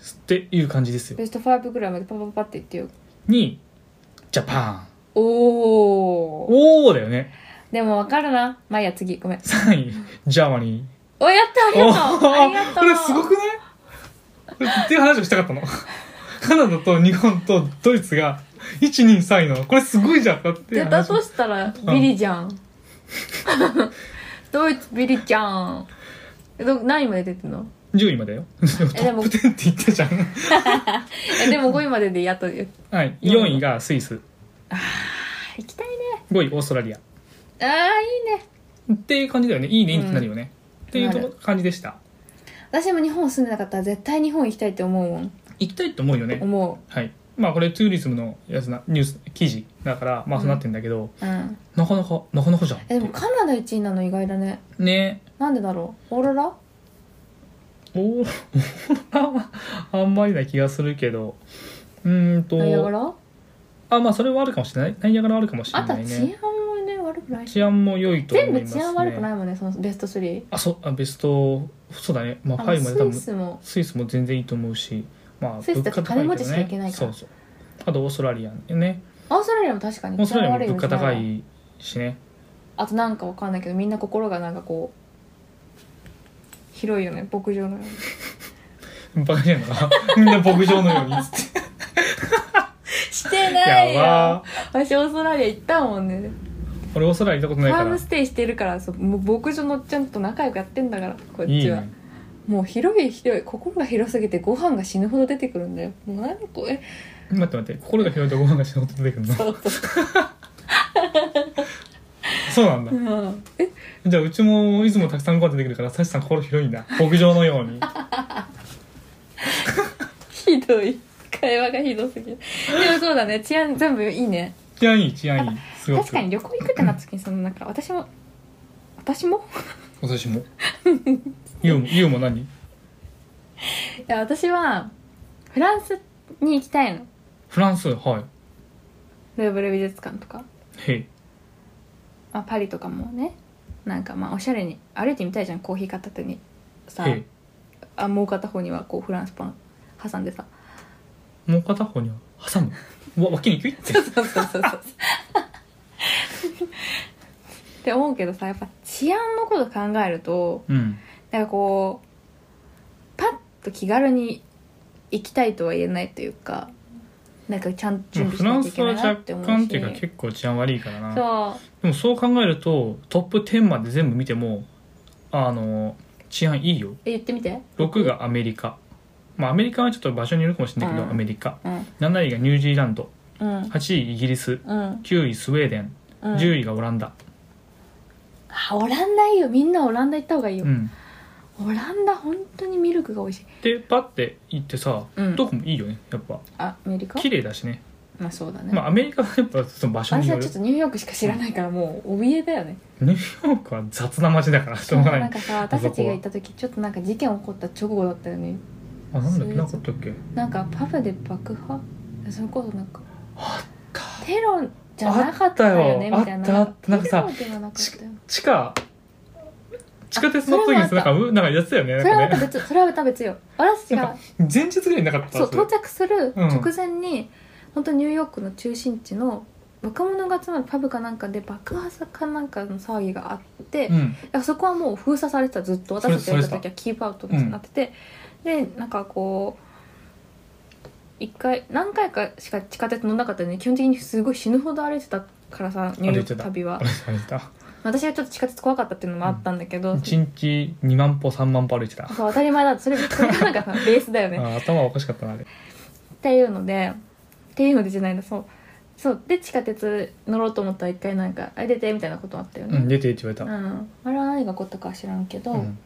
A: っていう感じですよ
B: ベスト5ぐらいまでパパパって言ってよ
A: 2位ジャパン
B: おお
A: おおだよね
B: でもわかるなまあいいや次ごめん
A: 3位ジャーマニ
B: おやったあり
A: ー
B: がとうありがとう
A: これすごくないこれっていう話をしたかったの カナダと日本とドイツが123位なのこれすごいじゃんだって
B: 出たとしたらビリじゃん ドイツビリじゃんど何位まで出てんの
A: 10位までよ ト
B: えでも
A: ップ10って言ったじゃん
B: え でも5位まででやっと行
A: はい
B: 四
A: 4
B: 位
A: 位がスイス
B: きたいね
A: 5位オーストラリア
B: ああいいね
A: っていう感じだよねいいねいいねってなるよね、っていうと
B: な
A: こ
B: る
A: 感じでした
B: 私も日本住んでなかったら絶対日本行きたいって思うもん
A: 行きたいと思うよね
B: 思
A: はいまあこれツーリズムのやつなニュース記事だからまあそうなってんだけど、
B: ううん
A: なかなかなかなかじゃん
B: えでもカナダ1位なの意外だね
A: ね
B: なんでだろうオーロラ
A: おー あんまりな気がするけどうーんと
B: ナイアガラ
A: あまあそれはあるかもしれないナイアガラはあるかもしれ
B: あと
A: な
B: はい治
A: ね
B: 安もね悪くないし
A: 治安も良いと思い
B: 全
A: ます、
B: 部
A: ね、
B: 治安悪くない
A: い
B: もんねそのベスト3
A: あそうあベストそうだねまあ5
B: あの
A: まで
B: ス
A: 多
B: イ
A: 分
B: スも
A: スイスも全然いいと思うし、まあ、
B: スイスだって金持ちしか行けないか
A: そ
B: ら
A: うそうあとオーストラリアね
B: オーストラリアも確かに
A: オーストラリアも
B: 治安
A: 物
B: 悪
A: 価高
B: イメージないわ
A: いしね
B: あとなんかわかんないけどみんな心がなんかこう広いよね牧場のよ うに
A: バカじゃないのかみんな牧場のようにっ つって
B: してな
A: や
B: いよ
A: ば
B: 私オーストラリア行ったもんね
A: ー俺オーストラリア行ったこと
B: フ
A: ないか
B: ァー
A: ら
B: ムステイしてるからそうもう牧場のおっちゃんと仲良くやってんだからこっ
A: いい
B: ちは
A: ね
B: もう広い広い心が広すぎてご飯が死ぬほど出てくるんだよもうなんかこれ
A: 待って待って心が広いとご飯がしなこと出てくるの
B: そうそう
A: そうなん だ
B: うんえ
A: じゃあうちもいつもたくさんご飯出てくるからサチさん心広いんだ牧場のように
B: ひどい会話がひどすぎるでもそうだね治安全部いいね
A: 治安いい治安いいすごく
B: 確かに旅行行くってなった時にそのなんか私も私も
A: 私もユウもユウも何
B: いや私はフランスに行きたいの
A: フランスは
B: ルーブル美術館とか、
A: いへい
B: まあ、パリとかもねなんかまあおしゃれに歩いてみたいじゃんコーヒー片手にさ
A: へい
B: あもう片方にはこうフランスパン挟ん でさ
A: もう片方には挟むうわ脇にキュイっ て
B: そうそうそうそうって思うけどさやっぱ治安のこと考えると
A: うん
B: なんかこうパッと気軽に行きたいとは言えないというかなんかちゃんと
A: でも
B: 準備
A: フ
B: し
A: ラ
B: な
A: ンスは
B: きゃいけないな
A: 若
B: って思うし
A: 干っていうか結構治安悪いからな
B: そう
A: でもそう考えるとトップ10まで全部見てもあの治安いいよ
B: え言ってみて
A: 6がアメリカまあアメリカはちょっと場所によるかもしれないけど、
B: うん
A: アメリカ
B: うん
A: 7位がニュージーランド
B: うん
A: 8位イギリス
B: うん
A: 9位スウェーデン
B: うん
A: 10位がオランダ
B: あオランダいいよみんなオランダ行った方がいいよ
A: う、ん
B: オランダ本当にミルクが美味しい
A: でパッて行ってさ、
B: うん
A: どこもいいよねやっぱ
B: あアメリカ
A: 綺麗だしね
B: まあそうだね、
A: まあアメリカはやっぱその場所に
B: 私
A: よ
B: は
A: る
B: ちょっとニューヨークしか知らないからもう怯えだよね
A: ニューヨークは雑な街だからし
B: そ
A: ょ
B: う
A: うがな
B: ないんかさ私たちが行った時ちょっとなんか事件起こった直後だったよね
A: あなんだっけなんかあったっけ
B: なんかパブで爆破それこそなんか
A: あった
B: テロじゃなかったよね
A: あ
B: み
A: った
B: た
A: よ
B: いな
A: あったなんかさ
B: テロではなかったよ
A: 地下地下鉄の時にさ
B: それもあ
A: な
B: っ
A: ん
B: た
A: かうなんかやつだよね
B: それは
A: な
B: ま
A: ん
B: た
A: かね
B: 別それはまた別よ私
A: なん
B: が
A: 前日ぐらいになかった
B: そう
A: それ
B: 到着する
A: うん
B: 直前に、本当ニューヨークの中心地の若者が集まるパブかなんかで爆破かなんかの騒ぎがあって、
A: う
B: い
A: ん
B: やそこはもう封鎖されてたずっと
A: それ
B: 私たちがやった時はキープアウトになってて、でなんかこう一回何回かしか地下鉄乗んなかったんで基本的にすごい死ぬほど歩いてたからさニューヨーク旅は
A: あれあれだ
B: 私がちょっと地下鉄怖かったっていうのもあったんだけど、
A: 1日2万歩3万歩歩いてた
B: そう当たり前だそれそれがなんかさベースだよね
A: あ頭おかしかったなあれ
B: っていうのでっていうのでじゃないんだそうそうで地下鉄乗ろうと思ったら一回なんか「あ出て」みたいなことあったよ
A: う
B: ね、
A: ん出てって言われ
B: う
A: た
B: んあれは何が起こったかは知らんけど、
A: う
B: っ
A: ん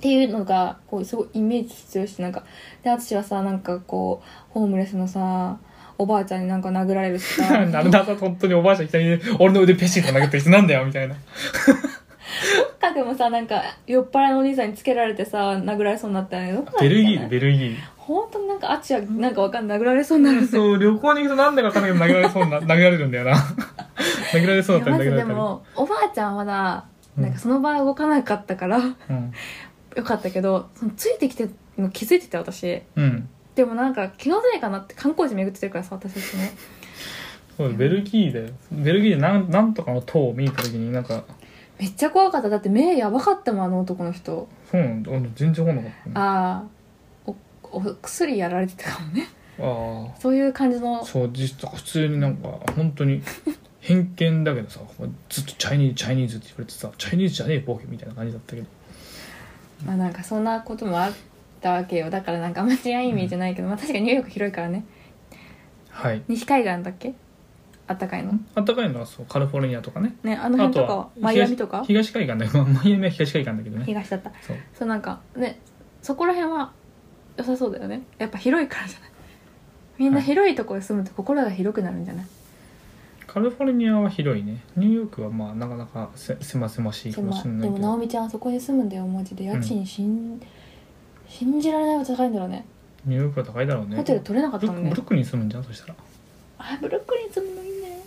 B: ていうのがこうすごいイメージ強いしなんかで私はさなんかこうホームレスのさおばあちゃんになんか殴られるしさ
A: なんだ朝本当におばあちゃんいきなり俺の腕ペシッと投げてる人なんだよみたいな
B: どっかでもさなんか酔っ払いのお兄さんにつけられてさ殴られそうになったよねどっか
A: ベルギ
B: で
A: ーでベルギ
B: 本当になんかあっちはなんかわかんない殴られそうになる
A: ーそう旅行に行くとなんだかわかんないけど投げられそうな投げられるんだ よな投げられそうだっ
B: いや
A: たり投げ
B: まずで
A: られた
B: もおばあちゃんはまだ
A: うん
B: なんかその場は動かなかったから、
A: りうん
B: よかったけどそのついてきてるの気づいてて私
A: うん
B: でもなんか気のせいかなって観光地巡ってるからさ私たちね
A: そうベルギーだよベルギーでなんなんとかの塔を見に行った時になんか
B: めっちゃ怖かっただって目やばかったもんあの男の人
A: そうなんだあの全然来なかったね
B: ああおお薬やられてたかも ね
A: あ
B: そういう感じ
A: あ
B: の
A: そう実は普通になんか本当に偏見だけどさずっとチャイニーズチャイニーズって言われてさチャイニーズじゃねえボケみたいな感じだったけど
B: まあなんかそんなこともあったわけよだからなんかあんま治安いイメージないけど、まあ確かにニューヨーク広いからね
A: はい
B: 西海岸だっけあったかいの
A: あったかいのはそうカリフォルニアとかね
B: ねあの辺とかはマイアミとか
A: 東東海岸だけど、まあマイアミは東海岸だけどね
B: 東だった
A: そう
B: そうなんかねそこら辺は良さそうだよねやっぱ広いからじゃないみんな
A: はい
B: 広いところに住むと心が広くなるんじゃない、
A: カリフォルニアは広いねニューヨークはまあなかなかせ狭々しいか
B: で
A: も
B: も
A: しれな
B: で
A: い
B: も
A: け
B: 直
A: ど
B: 美ちゃんあそこに住むんだよマジで家賃しん、信じられないほど高いんだろうね
A: ニューヨークは高いだろうね
B: ホテル取れなかった
A: ブ
B: も
A: ル
B: ん
A: ブ
B: ね
A: ルックリン住むんじゃんそしたら
B: あブルックリン住むのいいね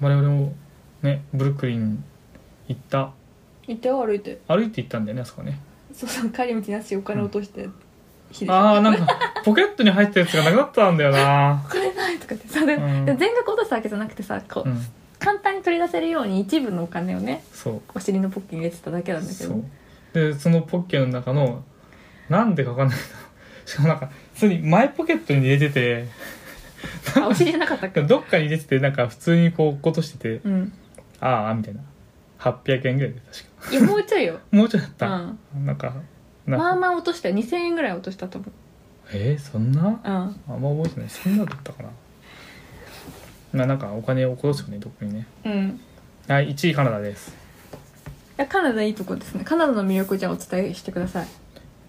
A: 我々もねブルックリン行った
B: 行ったよ歩いて
A: 歩いて行ったんだよねあそこね
B: そうそう帰り道なしお金落として、ひで
A: ああなんかポケットに入ったやつがなくなったんだよな
B: お金ないとか言ってさで
A: うん
B: で全額落とすわけじゃなくてさこう、
A: うん
B: 簡単に取り出せるように一部のお金をね
A: そう
B: お尻のポッケに入れてただけなんだけ
A: そ
B: ど
A: うでそのポッケの中のなんでかわかんないけ どしかもなんか普通に前ポケットに入れてて
B: あお尻じゃなかったっけ
A: どっかに入れててなんか普通にこう落っことしてて
B: うん
A: ああみたいな800円ぐらいで確か
B: いやもうちょいよ、
A: もうちょいだっ
B: う
A: た、
B: ん、
A: なんかなんか
B: まあまあ落としたよ2000円ぐらい落としたと思う
A: えー、そんな
B: うん
A: あんま覚えてないそんなだったかなまあなんかお金を落とすよねどこにね
B: うんい
A: はい1位カナダです
B: やカナダいいとこですねカナダの魅力をじゃあお伝えしてください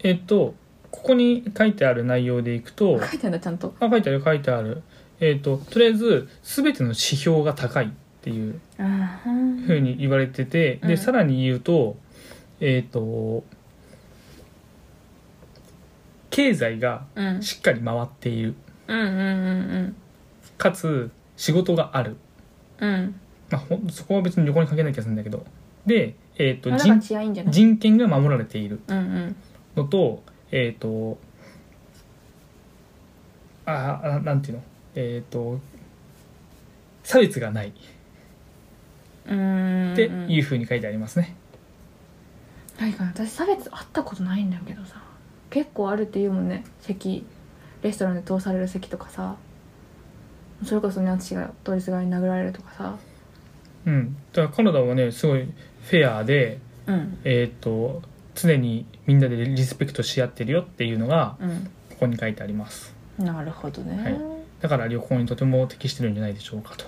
A: えっとここに書いてある内容でいくと
B: 書いてんだちゃんと
A: あ書いてある書いてあるえっととりあえず全ての指標が高いっていう
B: あー
A: ふうに言われてて、
B: う
A: で
B: ん
A: さらに言うとえっ、と経済が
B: うん
A: しっかり回っている
B: うんうんうん
A: かつ仕事がある、
B: うんうん
A: まあ、ほんそこは別に旅行に関係ない気がするんだけどで、えっと
B: あだから
A: 人
B: 治安いいんじゃない
A: 人権が守られている
B: うんうん
A: のとえっ、とああなんていうのえっ、と差別がないっ
B: うーん
A: ていうふうに書いてありますね。
B: 何かな私差別あったことないんだけどさ結構あるって言うもんね席レストランで通される席とかさそれこそね私が通りすがりに殴られるとかさ
A: うん、だからカナダはねすごいフェアで、
B: うん
A: えっと常にみんなでリスペクトし合ってるよっていうのが
B: う
A: ここに書いてあります。
B: んなるほどね
A: だから旅行にとても適してるんじゃないでしょうかと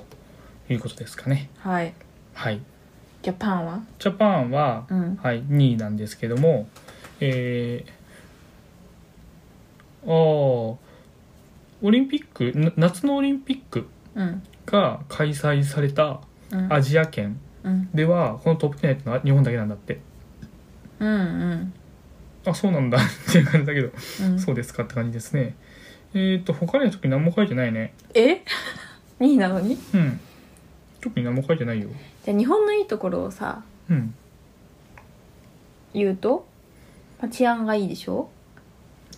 A: いうことですかね。
B: はい、
A: はい、
B: じゃあパンは
A: ジャパンは、
B: うん
A: はい、2位なんですけども、えー、ああオリンピックな夏のオリンピック
B: うん
A: が開催された
B: うん
A: アジア圏
B: うん
A: ではこのトップ10ってのは日本だけなんだって
B: うんうん
A: あそうなんだ っていう感じだけど
B: うん
A: そうですかって感じですねえっ、ー、と他の時何も書いてないね
B: え 2位なのに
A: うん特に何も書いてないよ
B: じゃあ日本のいいところをさ
A: うん
B: 言うと、まあ、治安がいいでしょ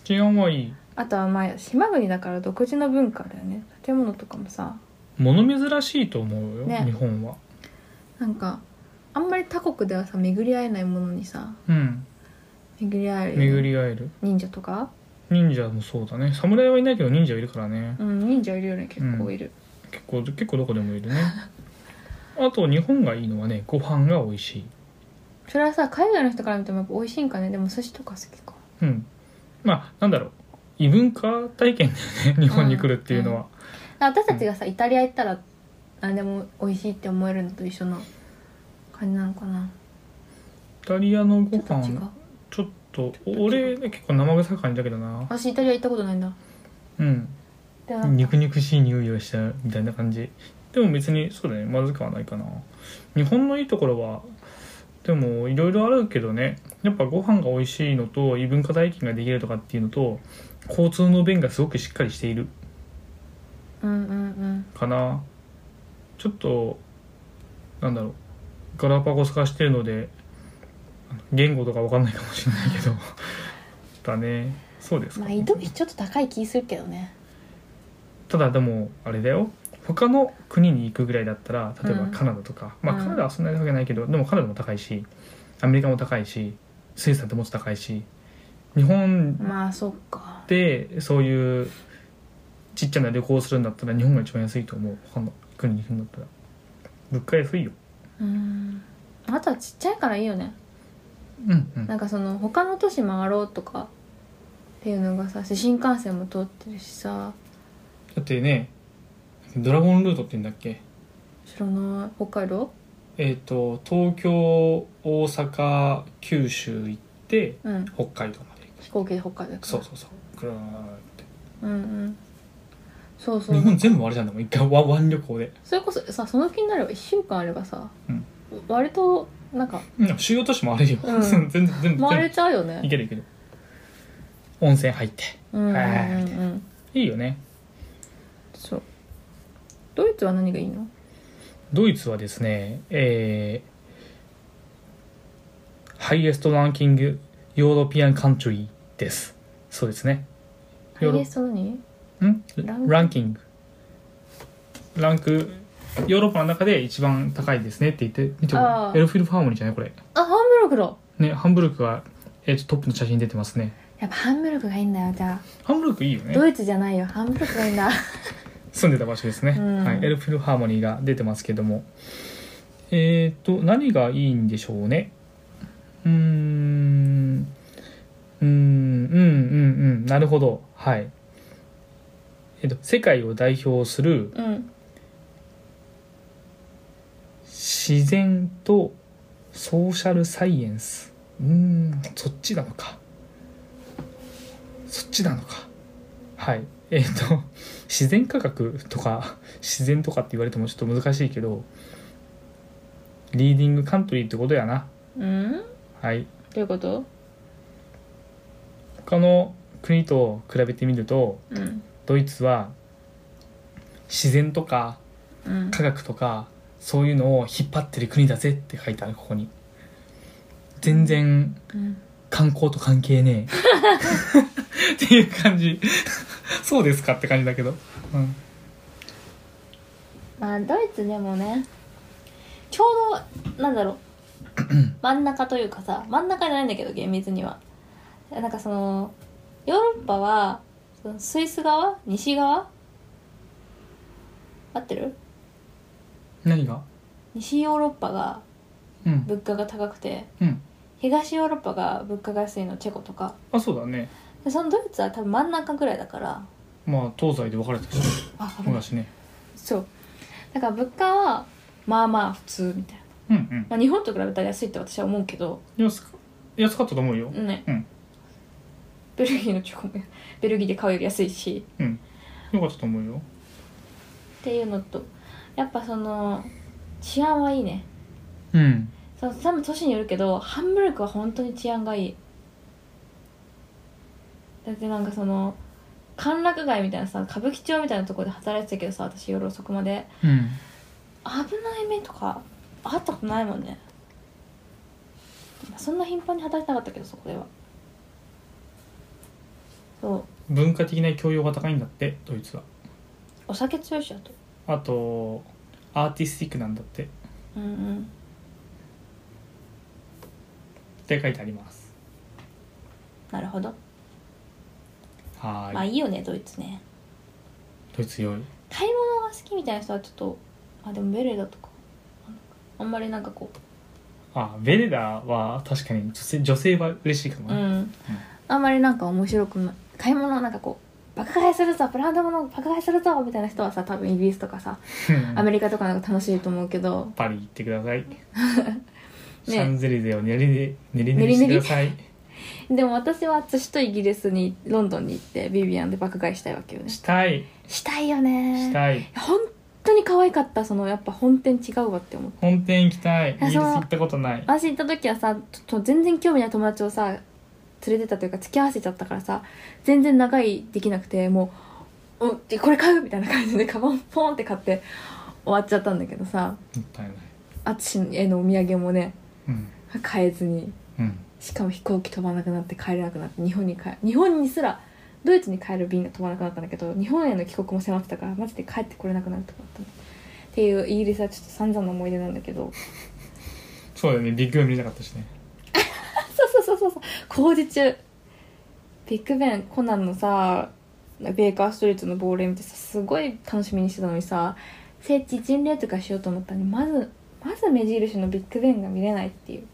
A: 治安はいい
B: あとはまあ島国だから独自の文化だよね建物とかもさ
A: 物珍しいと思うよ、
B: ね
A: 日本は
B: なんかあんまり他国ではさ巡り合えないものにさ
A: うん
B: 巡り合えるよね
A: 巡り合える
B: 忍者とか
A: 忍者もそうだね侍はいないけど忍者いるからね
B: うん忍者いるよね結構いる、
A: 結構結構どこでもいる ねあと日本がいいのはねご飯が美味しい
B: それはさ海外の人から見てもやっぱ美味しいんかねでも寿司とか好きか
A: うんまあなんだろう異文化体験だよね日本に来るっていうのは、
B: 私たちがさイタリア行ったら何でも美味しいって思えるのと一緒の感じなのかな
A: イタリアのご
B: ちょっと違う
A: 飯ちょっと
B: ょっと違う
A: 俺ね結構生臭い感じだけどな
B: 私イタリア行ったことないんだ
A: うん
B: でもなんか
A: 肉肉しい匂いをしたみたいな感じでも別にそうだねまずくはないかな日本のいいところはでもいろいろあるけどねやっぱご飯が美味しいのと異文化体験ができるとかっていうのと交通の便がすごくしっかりしている
B: うんうん
A: かなちょっとなんだろうガラパゴス化してるのであの言語とかわかんないかもしれないけどだねそうで
B: う
A: す
B: ん
A: か、
B: まあ移動費ちょっと高い気するけどね
A: ただでもあれだよ他の国に行くぐらいだったら例えば
B: うん
A: カナダとか、まあ
B: うん
A: カナダはそんなに高くないけどでもカナダも高いしアメリカも高いしスイスだってもっと高いし日本
B: まあそっか
A: でそういうちっちゃな旅行をするんだったら日本が一番安いと思う他の国に行くんだったら物価安いよ
B: うんあとはちっちゃいからいいよね
A: うんうん
B: なんかその他の都市回ろうとかっていうのがさ新幹線も通ってるしさ
A: だってねドラゴンルートって言うんだっけ
B: 知らない北海道
A: えっ、と東京大阪九州行って
B: うん
A: 北海道まで行
B: 飛行機で北海道行く
A: くそうそうそうぐるーんって
B: うんうんそうそう
A: 日本全部あれじゃんでも一回ワンワン旅行で
B: それこそさその気になれば1週間あればさ、
A: うん
B: 割となんか
A: うん主要都市もあれよ、
B: うん
A: 全然全部
B: 回れ
A: 全
B: ちゃうよ
A: 部い
B: ね
A: けるいける温泉入って
B: うんうんうん、
A: はい
B: うん、
A: いいよね
B: そうドイツは何がいいの
A: ドイツはですねえー、ハイエストランキングヨーロピアンカントリーですそうですね
B: ハ
A: ヨーロ
B: イエスト何
A: ん
B: ランク
A: ランキングランクヨーロッパの中で一番高いですねって言って見て
B: あー
A: エルフィル・ファーモニーじゃないこれ
B: あハンブルクだ
A: ねハンブルクが、えーとトップの写真出てますね
B: やっぱハンブルクがいいんだよじゃあ
A: ハンブルクいいよね
B: ドイツじゃないよハンブルクがいいんだ
A: 住んでた場所ですね、
B: うん
A: はい、エルフルハーモニーが出てますけどもえっ、と何がいいんでしょうねうーんうーんうんうんうんなるほどはいえっ、と世界を代表する
B: うん
A: 自然とソーシャルサイエンスうーんそっちなのかそっちなのかはいえっ、と自然科学とか自然とかって言われてもちょっと難しいけどリーディングカントリーってことやな
B: うんど
A: はい。
B: ういうこと
A: 他の国と比べてみると
B: うん
A: ドイツは自然とか
B: うん
A: 科学とかそういうのを引っ張ってる国だぜって書いてあるここに全然
B: うん
A: 観光と関係ね えっていう感じそうですかって感じだけど、うん、
B: まあドイツでもねちょうどな んだろう真ん中というかさ真ん中じゃないんだけど厳密にはなんかそのヨーロッパはそのスイス側西側合ってる
A: 何が
B: 西ヨーロッパが
A: うん
B: 物価が高くて
A: うん
B: 東ヨーロッパが物価が安いのチェコとか
A: あそうだね
B: でそのドイツは多分真ん中ぐらいだから
A: まあ東西で分かれてる
B: あ
A: そ
B: 危
A: う
B: ない
A: だしね
B: そうだから物価はまあまあ普通みたいな、
A: うんうん
B: まあ、日本と比べたら安いって私は思うけど
A: 安か安かったと思うよ
B: ね、
A: うん
B: ベルギーのチョコも ベルギーで買うより安いし
A: うんよかったと思うよ
B: っていうのとやっぱその治安はいいね
A: うん
B: その多分都市によるけどハンブルクは本当に治安がいいだってなんかその歓楽街みたいなさ歌舞伎町みたいなところで働いてたけどさ私夜遅くまで
A: うん
B: 危ない目とかあったことないもんねまあそんな頻繁に働いてなかったけどそこではそう
A: 文化的な教養が高いんだってドイツは
B: お酒強いしあと
A: あとアーティスティックなんだってっ
B: うんうん
A: て書いてあります
B: なるほど、
A: は
B: まあ
A: ーい
B: いいよねドイツね
A: ドイツ強い
B: 買い物が好きみたいな人はちょっとあでもベレだとかあんまりなんかこ
A: あベレダは確かに女性女性は嬉しいかも
B: うう
A: ね、
B: んあんまりなんか面白くない買い物なんかこう爆買いするぞブランド物爆買いするぞみたいな人はさ多分イギリスとかさアメリカとかなんか楽しいと思うけど
A: パリ行ってくだ さい、シャンゼリゼを練りで練り
B: 練
A: 練
B: り
A: り
B: 練
A: し
B: り
A: てください
B: でも私は私とイギリスにロンドンに行ってビビアンで爆買いしたいわけよね
A: したい
B: したいよね
A: したい
B: 本当に可愛かったそのやっぱ本店違うわって思って
A: 本店行きたいイギ
B: や
A: リス
B: そう
A: 行ったことない
B: 私行った時はさちょっと全然興味ない友達をさ連れてったというか付き合わせちゃったからさ全然長いできなくてもう「うんでこれ買う!」みたいな感じでカバンポンって買って終わっちゃったんだけどさ
A: もったいない
B: 淳へのお土産もね
A: うん
B: 買えずに
A: うん
B: しかも飛行機飛ばなくなって帰れなくなって日本に帰日本にすらドイツに帰る便が飛ばなくなったんだけど日本への帰国も迫ってたからマジで帰ってこれなくなるとかあったのっていうイギリスはちょっと散々な思い出なんだけど
A: そうだよねビッグベン見れなかったしね
B: そうそうそうそうそう工事中ビッグベンコナンのさベーカーストリートの亡霊見てさすごい楽しみにしてたのにさ聖地巡礼とかしようと思ったのにまずまず目印のビッグベンが見れないっていう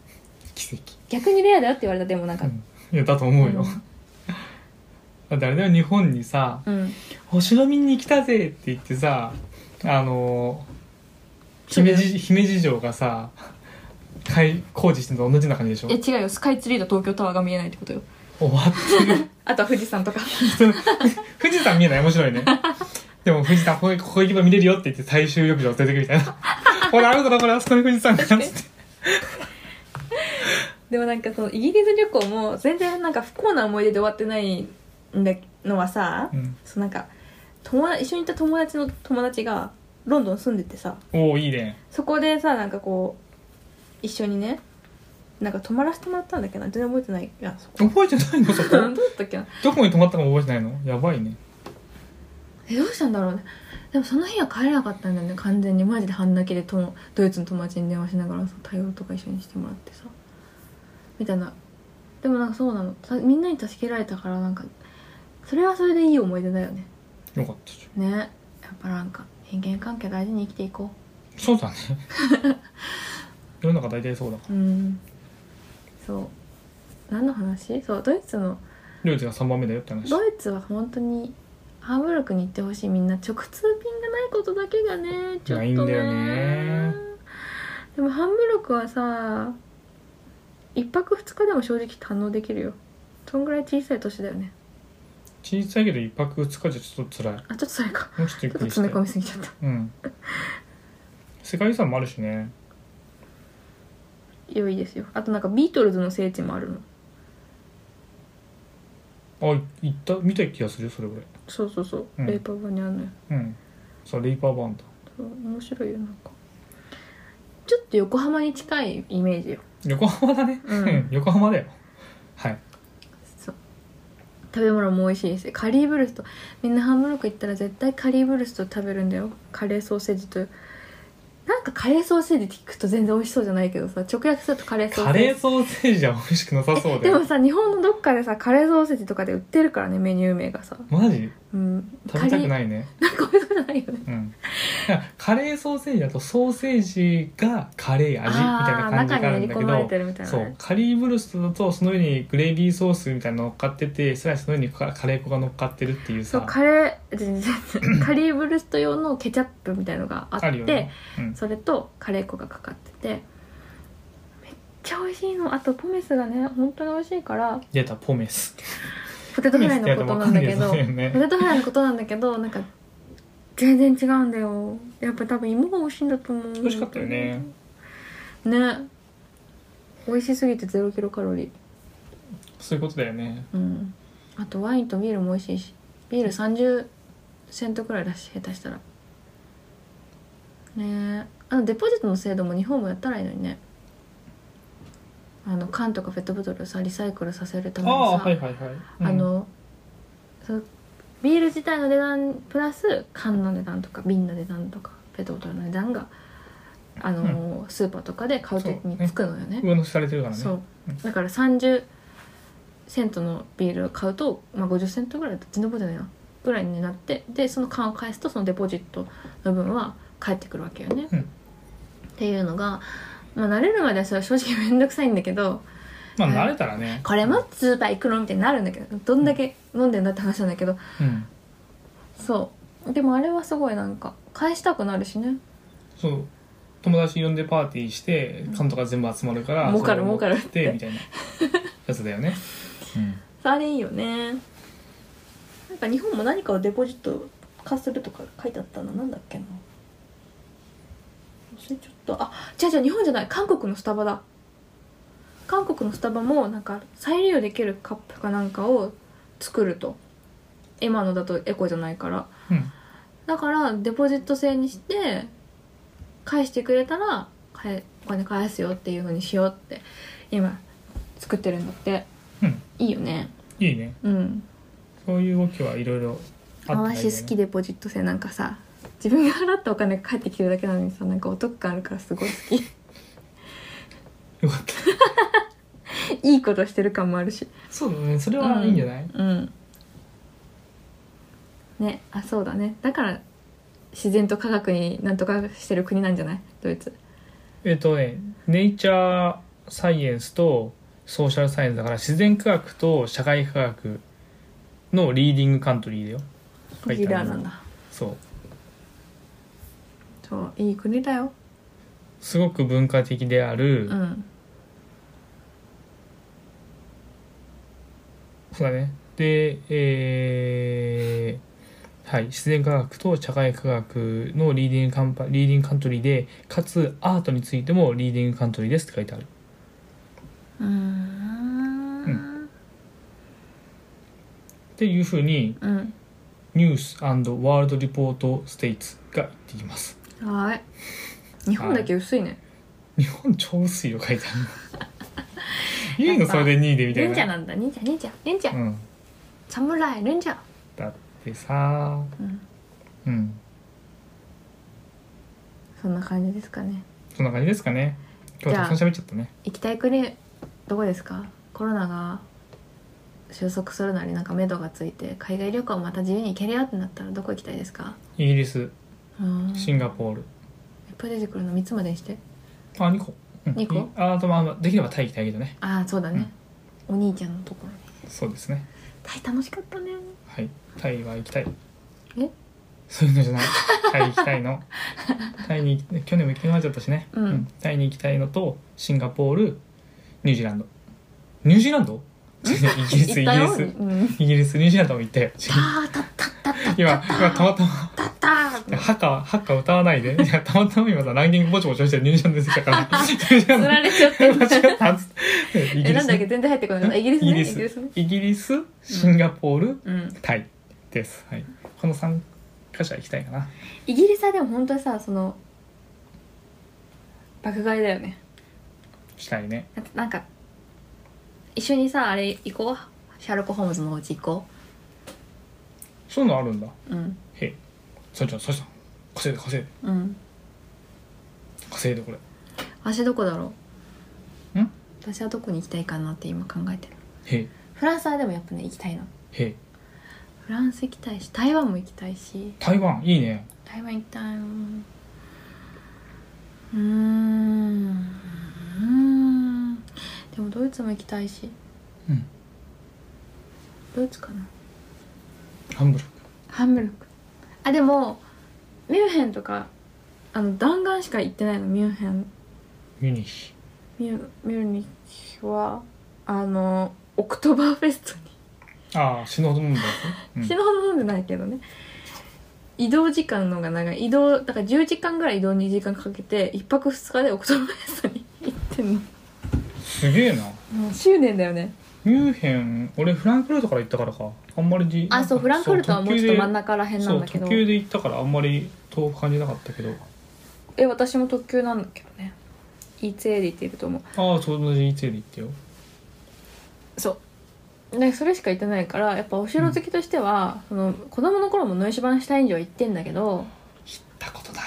A: 奇跡
B: 逆にレアだよって言われたでもなんか
A: うんいやだと思うよ、
B: うん
A: だってあれだよ日本にさ
B: うん
A: 「星の見に来たぜ!」って言ってさあのー姫路姫路城がさ開工事してるのと同じような感じでしょ
B: え違うよスカイツリーと東京タワーが見えないってことよ
A: 終わってる
B: あとは富士山とか
A: 富士山見えない面白いねでも富士山ここここ行けば見れるよって言って最終浴場連れてくみたいな ほらあるだほら あそこに富士山がっつって
B: でもなんかそのイギリス旅行も全然なんか不幸な思い出で終わってないんだのはさ、
A: うん
B: そうなんか友達一緒にいた友達の友達がロンドン住んでてさ
A: おおいいね
B: そこでさなんかこう一緒にねなんか泊まらせてもらったんだっけど全然覚えてないいや そこ
A: 覚えてないのそ
B: ど
A: こ
B: うだったっけな
A: どこに泊まったかも覚えてないのやばいね
B: えどうしたんだろうねでもその日は帰れなかったんだよね完全にマジで半泣きでともドイツの友達に電話しながらさ対応とか一緒にしてもらってさみたいなでもなんかそうなのさみんなに助けられたからなんかそれはそれでいい思い出だよね
A: よかったじ
B: ねやっぱなんか人間関係大事に生きていこ
A: ゃんそう だね世の中大体そうだから
B: ううんそう何の話そうドイツの
A: ルーツが3番目だよって話
B: ドイツは本当にハンブルクに行ってほしいみんな直通便がないことだけがねちょっ
A: な
B: と
A: い
B: ね
A: んだよね
B: でもハンブルクはさ一泊二日でも正直堪能できるよそんぐらい小さい都市だよね
A: 小さいけど1泊2日じゃちょっと辛いも
B: あちょっとそれか
A: うちょっとゆっ
B: ちょっと
A: くりして
B: 詰め込みすぎちゃった
A: うん世界遺産もあるしね
B: 良いですよあとなんかビートルズの聖地もあるの
A: あ行った見た気がするよそれぐらい
B: そうそうそう、
A: うん
B: レイパー版にあるのよ
A: うんそうレイパーバンド
B: そう面白いよなんかちょっと横浜に近いイメージよ
A: 横浜だね、
B: うん
A: うん、 横浜だよはい
B: そう食べ物も美味しいしカリーブルストみんなハンブルク行ったら絶対カリーブルスト食べるんだよカレーソーセージとなんかカレーソーセージって聞くと全然美味しそうじゃないけどさ直訳するとカレーソーセージ
A: カレーソーセージは美味しくなさそうだ
B: でも
A: よ
B: さ日本のどっかでさカレーソーセージとかで売ってるからねメニュー名がさ、
A: マジ
B: うん、
A: 食べたく
B: い
A: ないね
B: なんか美味しくないよね
A: うんだからカレーソーセージだとソーセージがカレー味みたいな感じがあるんだ
B: あー中に練り
A: け
B: 込まれて
A: ど
B: るみたいな
A: そう
B: ね
A: カリーブルストだとその上にグレービーソースみたいなの乗っかっててさらにその上にカカレー粉が乗っかってるっていうさ
B: そうカレー全然全 然カリーブルスト用のケチャップみたいのがあって
A: あるよね、うん、
B: それとカレー粉がかかっててめっちゃ美味しいのあとポメスがね本当に美味しいから
A: 出たポメス
B: ポテトフライのことなんだけど
A: ポメスってやつわかんないです
B: ポ
A: よね
B: テトフライのことなんだけどなんか全然違うんだよやっぱ多分芋が美味しいんだと思う
A: 美味しかったよね
B: ね美味しすぎてゼロキロカロリー
A: そういうことだよね
B: うんあとワインとビールも美味しいしビール30セントくらいだし下手したらねえあのデポジットの制度も日本もやったらいいのにねあの缶とかペットボトルをさリサイクルさせるた
A: あ
B: めにさ
A: あーはいはいはい、うん
B: あのそうビール自体の値段プラス缶の値段とか瓶の値段とかペットボトルの値段があの、スーパーとかで買う時につくのよね
A: 上乗せされてるからね
B: そう
A: うん
B: だから30セントのビールを買うと、まあ、50セントぐらいだった全然覚えてないなぐらいになってでその缶を返すとそのデポジットの分は返ってくるわけよね、
A: うん
B: っていうのが、まあ、慣れるまではそれは正直めんどくさいんだけど
A: まあ慣れたらね
B: これもスーパー行くのみたいになるんだけどどんだけ飲んでんだって話なんだけど
A: うん
B: そうでもあれはすごいなんか返したくなるしね
A: そう友達呼んでパーティーして缶とか全部集まるから
B: 儲かる
A: それを持
B: 儲かる
A: ってってみたいなやつだよ ね、うん、
B: あれいいよねなんか日本も何かをデポジット化するとか書いてあったのなんだっけな忘れちょっとあ違う違う日本じゃない韓国のスタバだ韓国のスタバもなんか再利用できるカップかなんかを作ると今のだとエコじゃないから
A: うん
B: だからデポジット制にして返してくれたら返お金返すよっていうふうにしようって今作ってるんだって、
A: うん
B: いいよね
A: いいね
B: うん
A: そういう動きはいろいろあったらいいね
B: 私好きデポジット制なんかさ自分が払ったお金が返ってきてるだけなのにさなんかお得感あるからすごい好き
A: よかった
B: いいことしてる感もあるし
A: そうだねそれはいいんじゃない、
B: うんねあそうだねだから自然と科学になんとかしてる国なんじゃないドイツ
A: えっとねネイチャーサイエンスとソーシャルサイエンスだから自然科学と社会科学のリーディングカントリーだよ書い
B: リー
A: てあ
B: ダー
A: る
B: なんだ
A: そう
B: そういい国だよ
A: すごく文化的である、
B: うん
A: そうだねでえーはい自然科学と社会科学のリーディングカンパリーディングカントリーでかつアートについてもリーディングカントリーですって書いてある
B: うーん
A: っていうふうに
B: うん
A: ニュースワールドリポートステイツが言っています
B: はーい日本だけ薄いね、
A: 日本超薄いよ書いてある いいのそれで2位でみたい
B: 忍者
A: な
B: なんだ忍者忍者忍者
A: うん
B: 侍忍者
A: だってさ
B: うん
A: うん
B: そんな感じですかね
A: そんな感じですかね今日たくさん喋っちゃったね
B: 行きたい国どこですかコロナが収束するなりなんか目処がついて海外旅行また自由に行けるよってなったらどこ行きたいですか
A: イギリス
B: うーん
A: シンガポール
B: いっぱい出てくるの3つまでにして
A: あ2個、うん、
B: 二個
A: いあとまあまあできればタイ行きたいけどね
B: ああそうだね、お兄ちゃんのところに
A: そうですね
B: タイ楽しかったね
A: はい、タイは行きたい。
B: え
A: そういうのじゃない。タイ行きたいの。 タイに去年も行きなくなっちゃったしね、
B: うん
A: タイに行きたいのとシンガポール、ニュージーランド。ニュージーランド？違う イギリスイ
B: 行
A: ギ
B: った
A: リ
B: よ、
A: ス
B: うん、
A: イギリスニュージーランドも行ったよ。
B: たーたったったったった
A: 今今たまたま
B: たったなと思って
A: ハカ、ハカ歌わないで。いや、たまたま今さ、ランキングぼちぼちしてるニュージャン出てきたから。
B: 釣られちゃって
A: 間違ったっつって。イ
B: え
A: ギリ
B: なん
A: ス
B: だっ
A: ね
B: け全然入ってこなかったイギリスね
A: イギリ
B: イギリス
A: ス
B: ね、
A: イギリス、シンガポール、
B: うん
A: タイです。はい。この3箇所は行きたいかな。
B: イギリスはでも本当にさその爆買いだよね
A: 行きたいね。
B: だってなんか一緒にさあれ行こうシャーロック・ホームズのお家行こ
A: そういうのあるんだ。
B: ううん
A: へえ。そちゃん、そちゃん。稼いで、稼いで。
B: うん
A: 稼いで、これ。
B: 私どこだろうん私はどこに行きたいかなって今考えてる
A: へえ。
B: フランスはでもやっぱね行きたいな
A: へえ。
B: フランス行きたいし台湾も行きたいし
A: 台湾、いいね。
B: 台湾行きたいうんうーんうーんでもドイツも行きたいし
A: うん。
B: ドイツかな
A: ハンブルク。
B: ハンブルクあでもミュンヘンとかあの弾丸しか行ってないのミュンヘン
A: ミュニヒ。
B: ミュミュンニッヒはあのオクトバーフェストに
A: ああ、死ぬほど飲んだやつ。うん
B: 死ぬほど飲んでないけどね移動時間の方が長い移動だから10時間ぐらい移動2時間かけて1泊2日でオクトバーフェストに行ってんの
A: すげえな。
B: もう執念だよね
A: ミュンヘン、俺フランクフルトから行ったからか。あんまりじ
B: あそうフランクフルトはもうちょっと真ん
A: 中
B: 中らへんなんだけ
A: そう、
B: ど
A: 特急で行ったからあんまり遠く感じなかったけど。
B: え私も特急なんだけどね ETA で行ってると思
A: ああ、そう同じいつより行ってよ。
B: うそうねそれしか行ってないからやっぱお城好きとしては、その子供の頃もノイシュバンシュタイン城行ってんだけど
A: 行ったことない。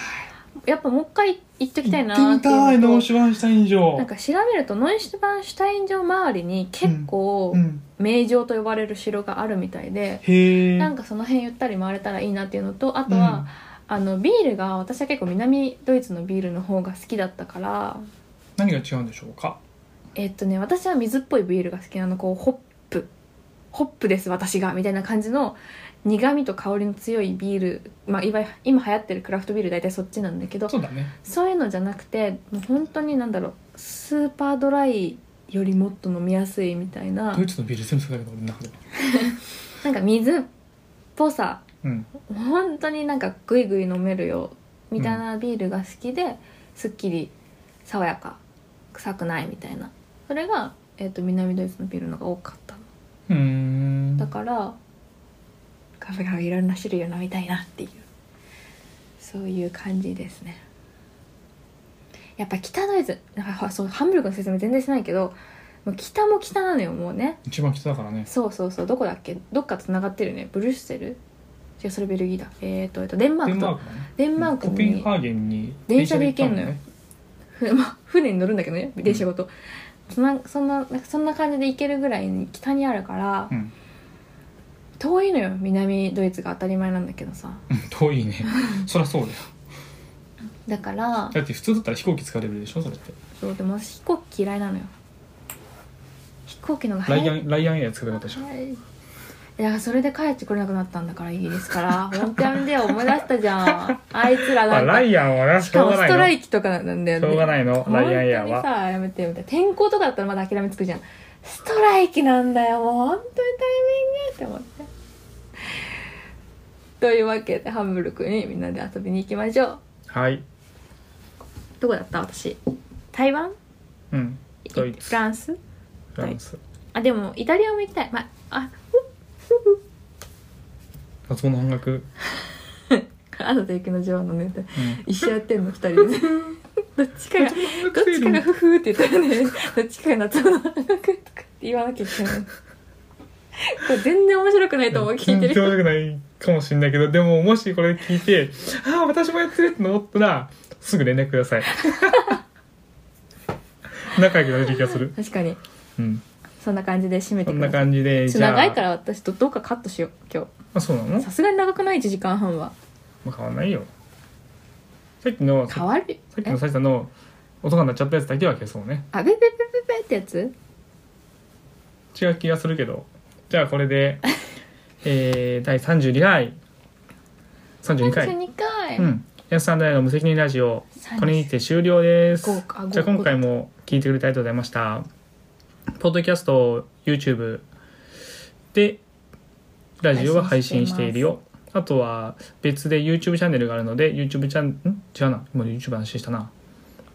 B: やっぱもう一回行っときたいな
A: 行ってみたい、
B: うのと
A: ノーシュバンシュタイン城。
B: なんか調べるとノイシュバンシュタイン城周りに結構、
A: うん。
B: 名城と呼ばれる城があるみたいで、
A: へえ。
B: なんかその辺ゆったり回れたらいいなっていうのとあとは、あのビールが私は結構南ドイツのビールの方が好きだったから
A: 何が違うんでしょうか。
B: えっとね私は水っぽいビールが好きなのこうホップホップです私がみたいな感じの苦味と香りの強いビール、まあ、いわゆる今流行ってるクラフトビール大体そっちなんだけど
A: そうだね。
B: そういうのじゃなくてもう本当になんだろうスーパードライよりもっと飲みやすいみたいな
A: ドイツのビール全部好きだけど、俺の中では。
B: なんか水っぽさ
A: うん。
B: 本当になんかグイグイ飲めるよみたいなビールが好きで、すっきり爽やか臭くないみたいなそれが、えっと南ドイツのビールのが多かったの
A: うーん。
B: だからカフェがいろんな種類を飲みたいなっていうそういう感じですねやっぱ北ドイツなんかはそうハンブルクの説明全然してないけどもう北も北なのよもうね
A: 一番北だからね。
B: そうそうそうどこだっけどっかつながってるよねブリュッセル違うそれベルギーだえっ、とえっとデンマー
A: デ
B: ク
A: ン
B: と
A: マークだね。
B: デンマーク
A: コペン
B: に
A: ハーゲンに
B: 電車で行けんのよ
A: 電車で行っ
B: ふまあ船に乗るんだけどね電車ごと、そんなそんななんかそんな感じで行けるぐらいに北にあるから、
A: たのね。
B: 遠いのよ南ドイツが当たり前なんだけどさ
A: うん。うん遠いね。 そりゃそうだよ。
B: だから
A: だって普通だったら飛行機使うレベルでしょそれって
B: そうでも私飛行機嫌いなのよ飛行機の方が
A: ライア
B: い
A: ンライアンエア使う方でしょ
B: はいいやそれで帰ってこれなくなったんだからイギリスから本当やめてよ思い出したじ ゃんあいつら
A: まあ
B: なんか
A: ライアンはな
B: し
A: し
B: か
A: ょう
B: も
A: が
B: ストラ
A: ないの
B: イキとかなんだよ
A: し
B: ね
A: ょうがないのライアンエア
B: 本当
A: は
B: にさやめてよみたいな天候とかだったらまだ諦めつくじゃんストライキなんだよもう本当にタイミングって思ってというわけでハンブルクにみんなで遊びに行きましょう
A: はい
B: どこだった私台湾
A: うんドイツ
B: フランス
A: フランス
B: あでもイタリアも行きたいまあ
A: 夏物半額
B: あなた雪の女王のネタ
A: うん
B: 一緒やってんの二人でどっちかがどっちかがフフって言ったらねどっちかが夏の音楽とかって言わなきゃいけないこれ全然面白くないと思う聞いて
A: 緊張
B: る
A: なくないかもしれないけどでももしこれ聞い てああ私もやってるって思ったらすぐ連絡ください 仲良くなれる気がする
B: 確かに
A: うん
B: そんな感じで締め
A: こ
B: て
A: んな
B: ください
A: 感じで
B: ちょ
A: じゃあ
B: 長いから私とどっかカットしよう今
A: あそうなの
B: 日さすがに長くない1時間半は
A: まあ変わんないよさっきの
B: 変わる
A: さっき
B: え
A: のサチさんの音が鳴っちゃったやつだけは消そうね
B: あべべべべべってやつ
A: 違う気がするけどじゃあこれ でえー、第32回32回
B: 32回、
A: うん安さん大の無責任ラジオ
B: 35
A: これにて終了です
B: 豪華豪華
A: じゃあ今回も聞いてくれてありがとうございましたポッドキャスト YouTube でラジオは配信しているよあとは別で YouTube チャンネルがあるので YouTube チャンん違うなもう YouTube の話したな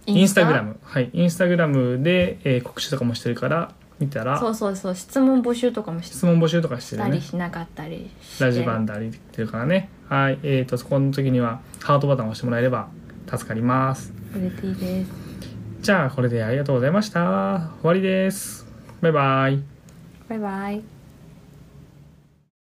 A: インスタグラムはいインスタグラムで、えー告知とかもしてるから見た
B: そう
A: ら
B: そうそう質問募集とかもし
A: 質問募集とかして
B: た
A: る
B: り
A: ね
B: しなかったりして
A: ラジバンダリってるからねはいえー、とそこの時にはハートボタンを押してもらえれば助かります
B: 売れていいです
A: じゃあこれでありがとうございました終わりですバイバイ
B: バイバイ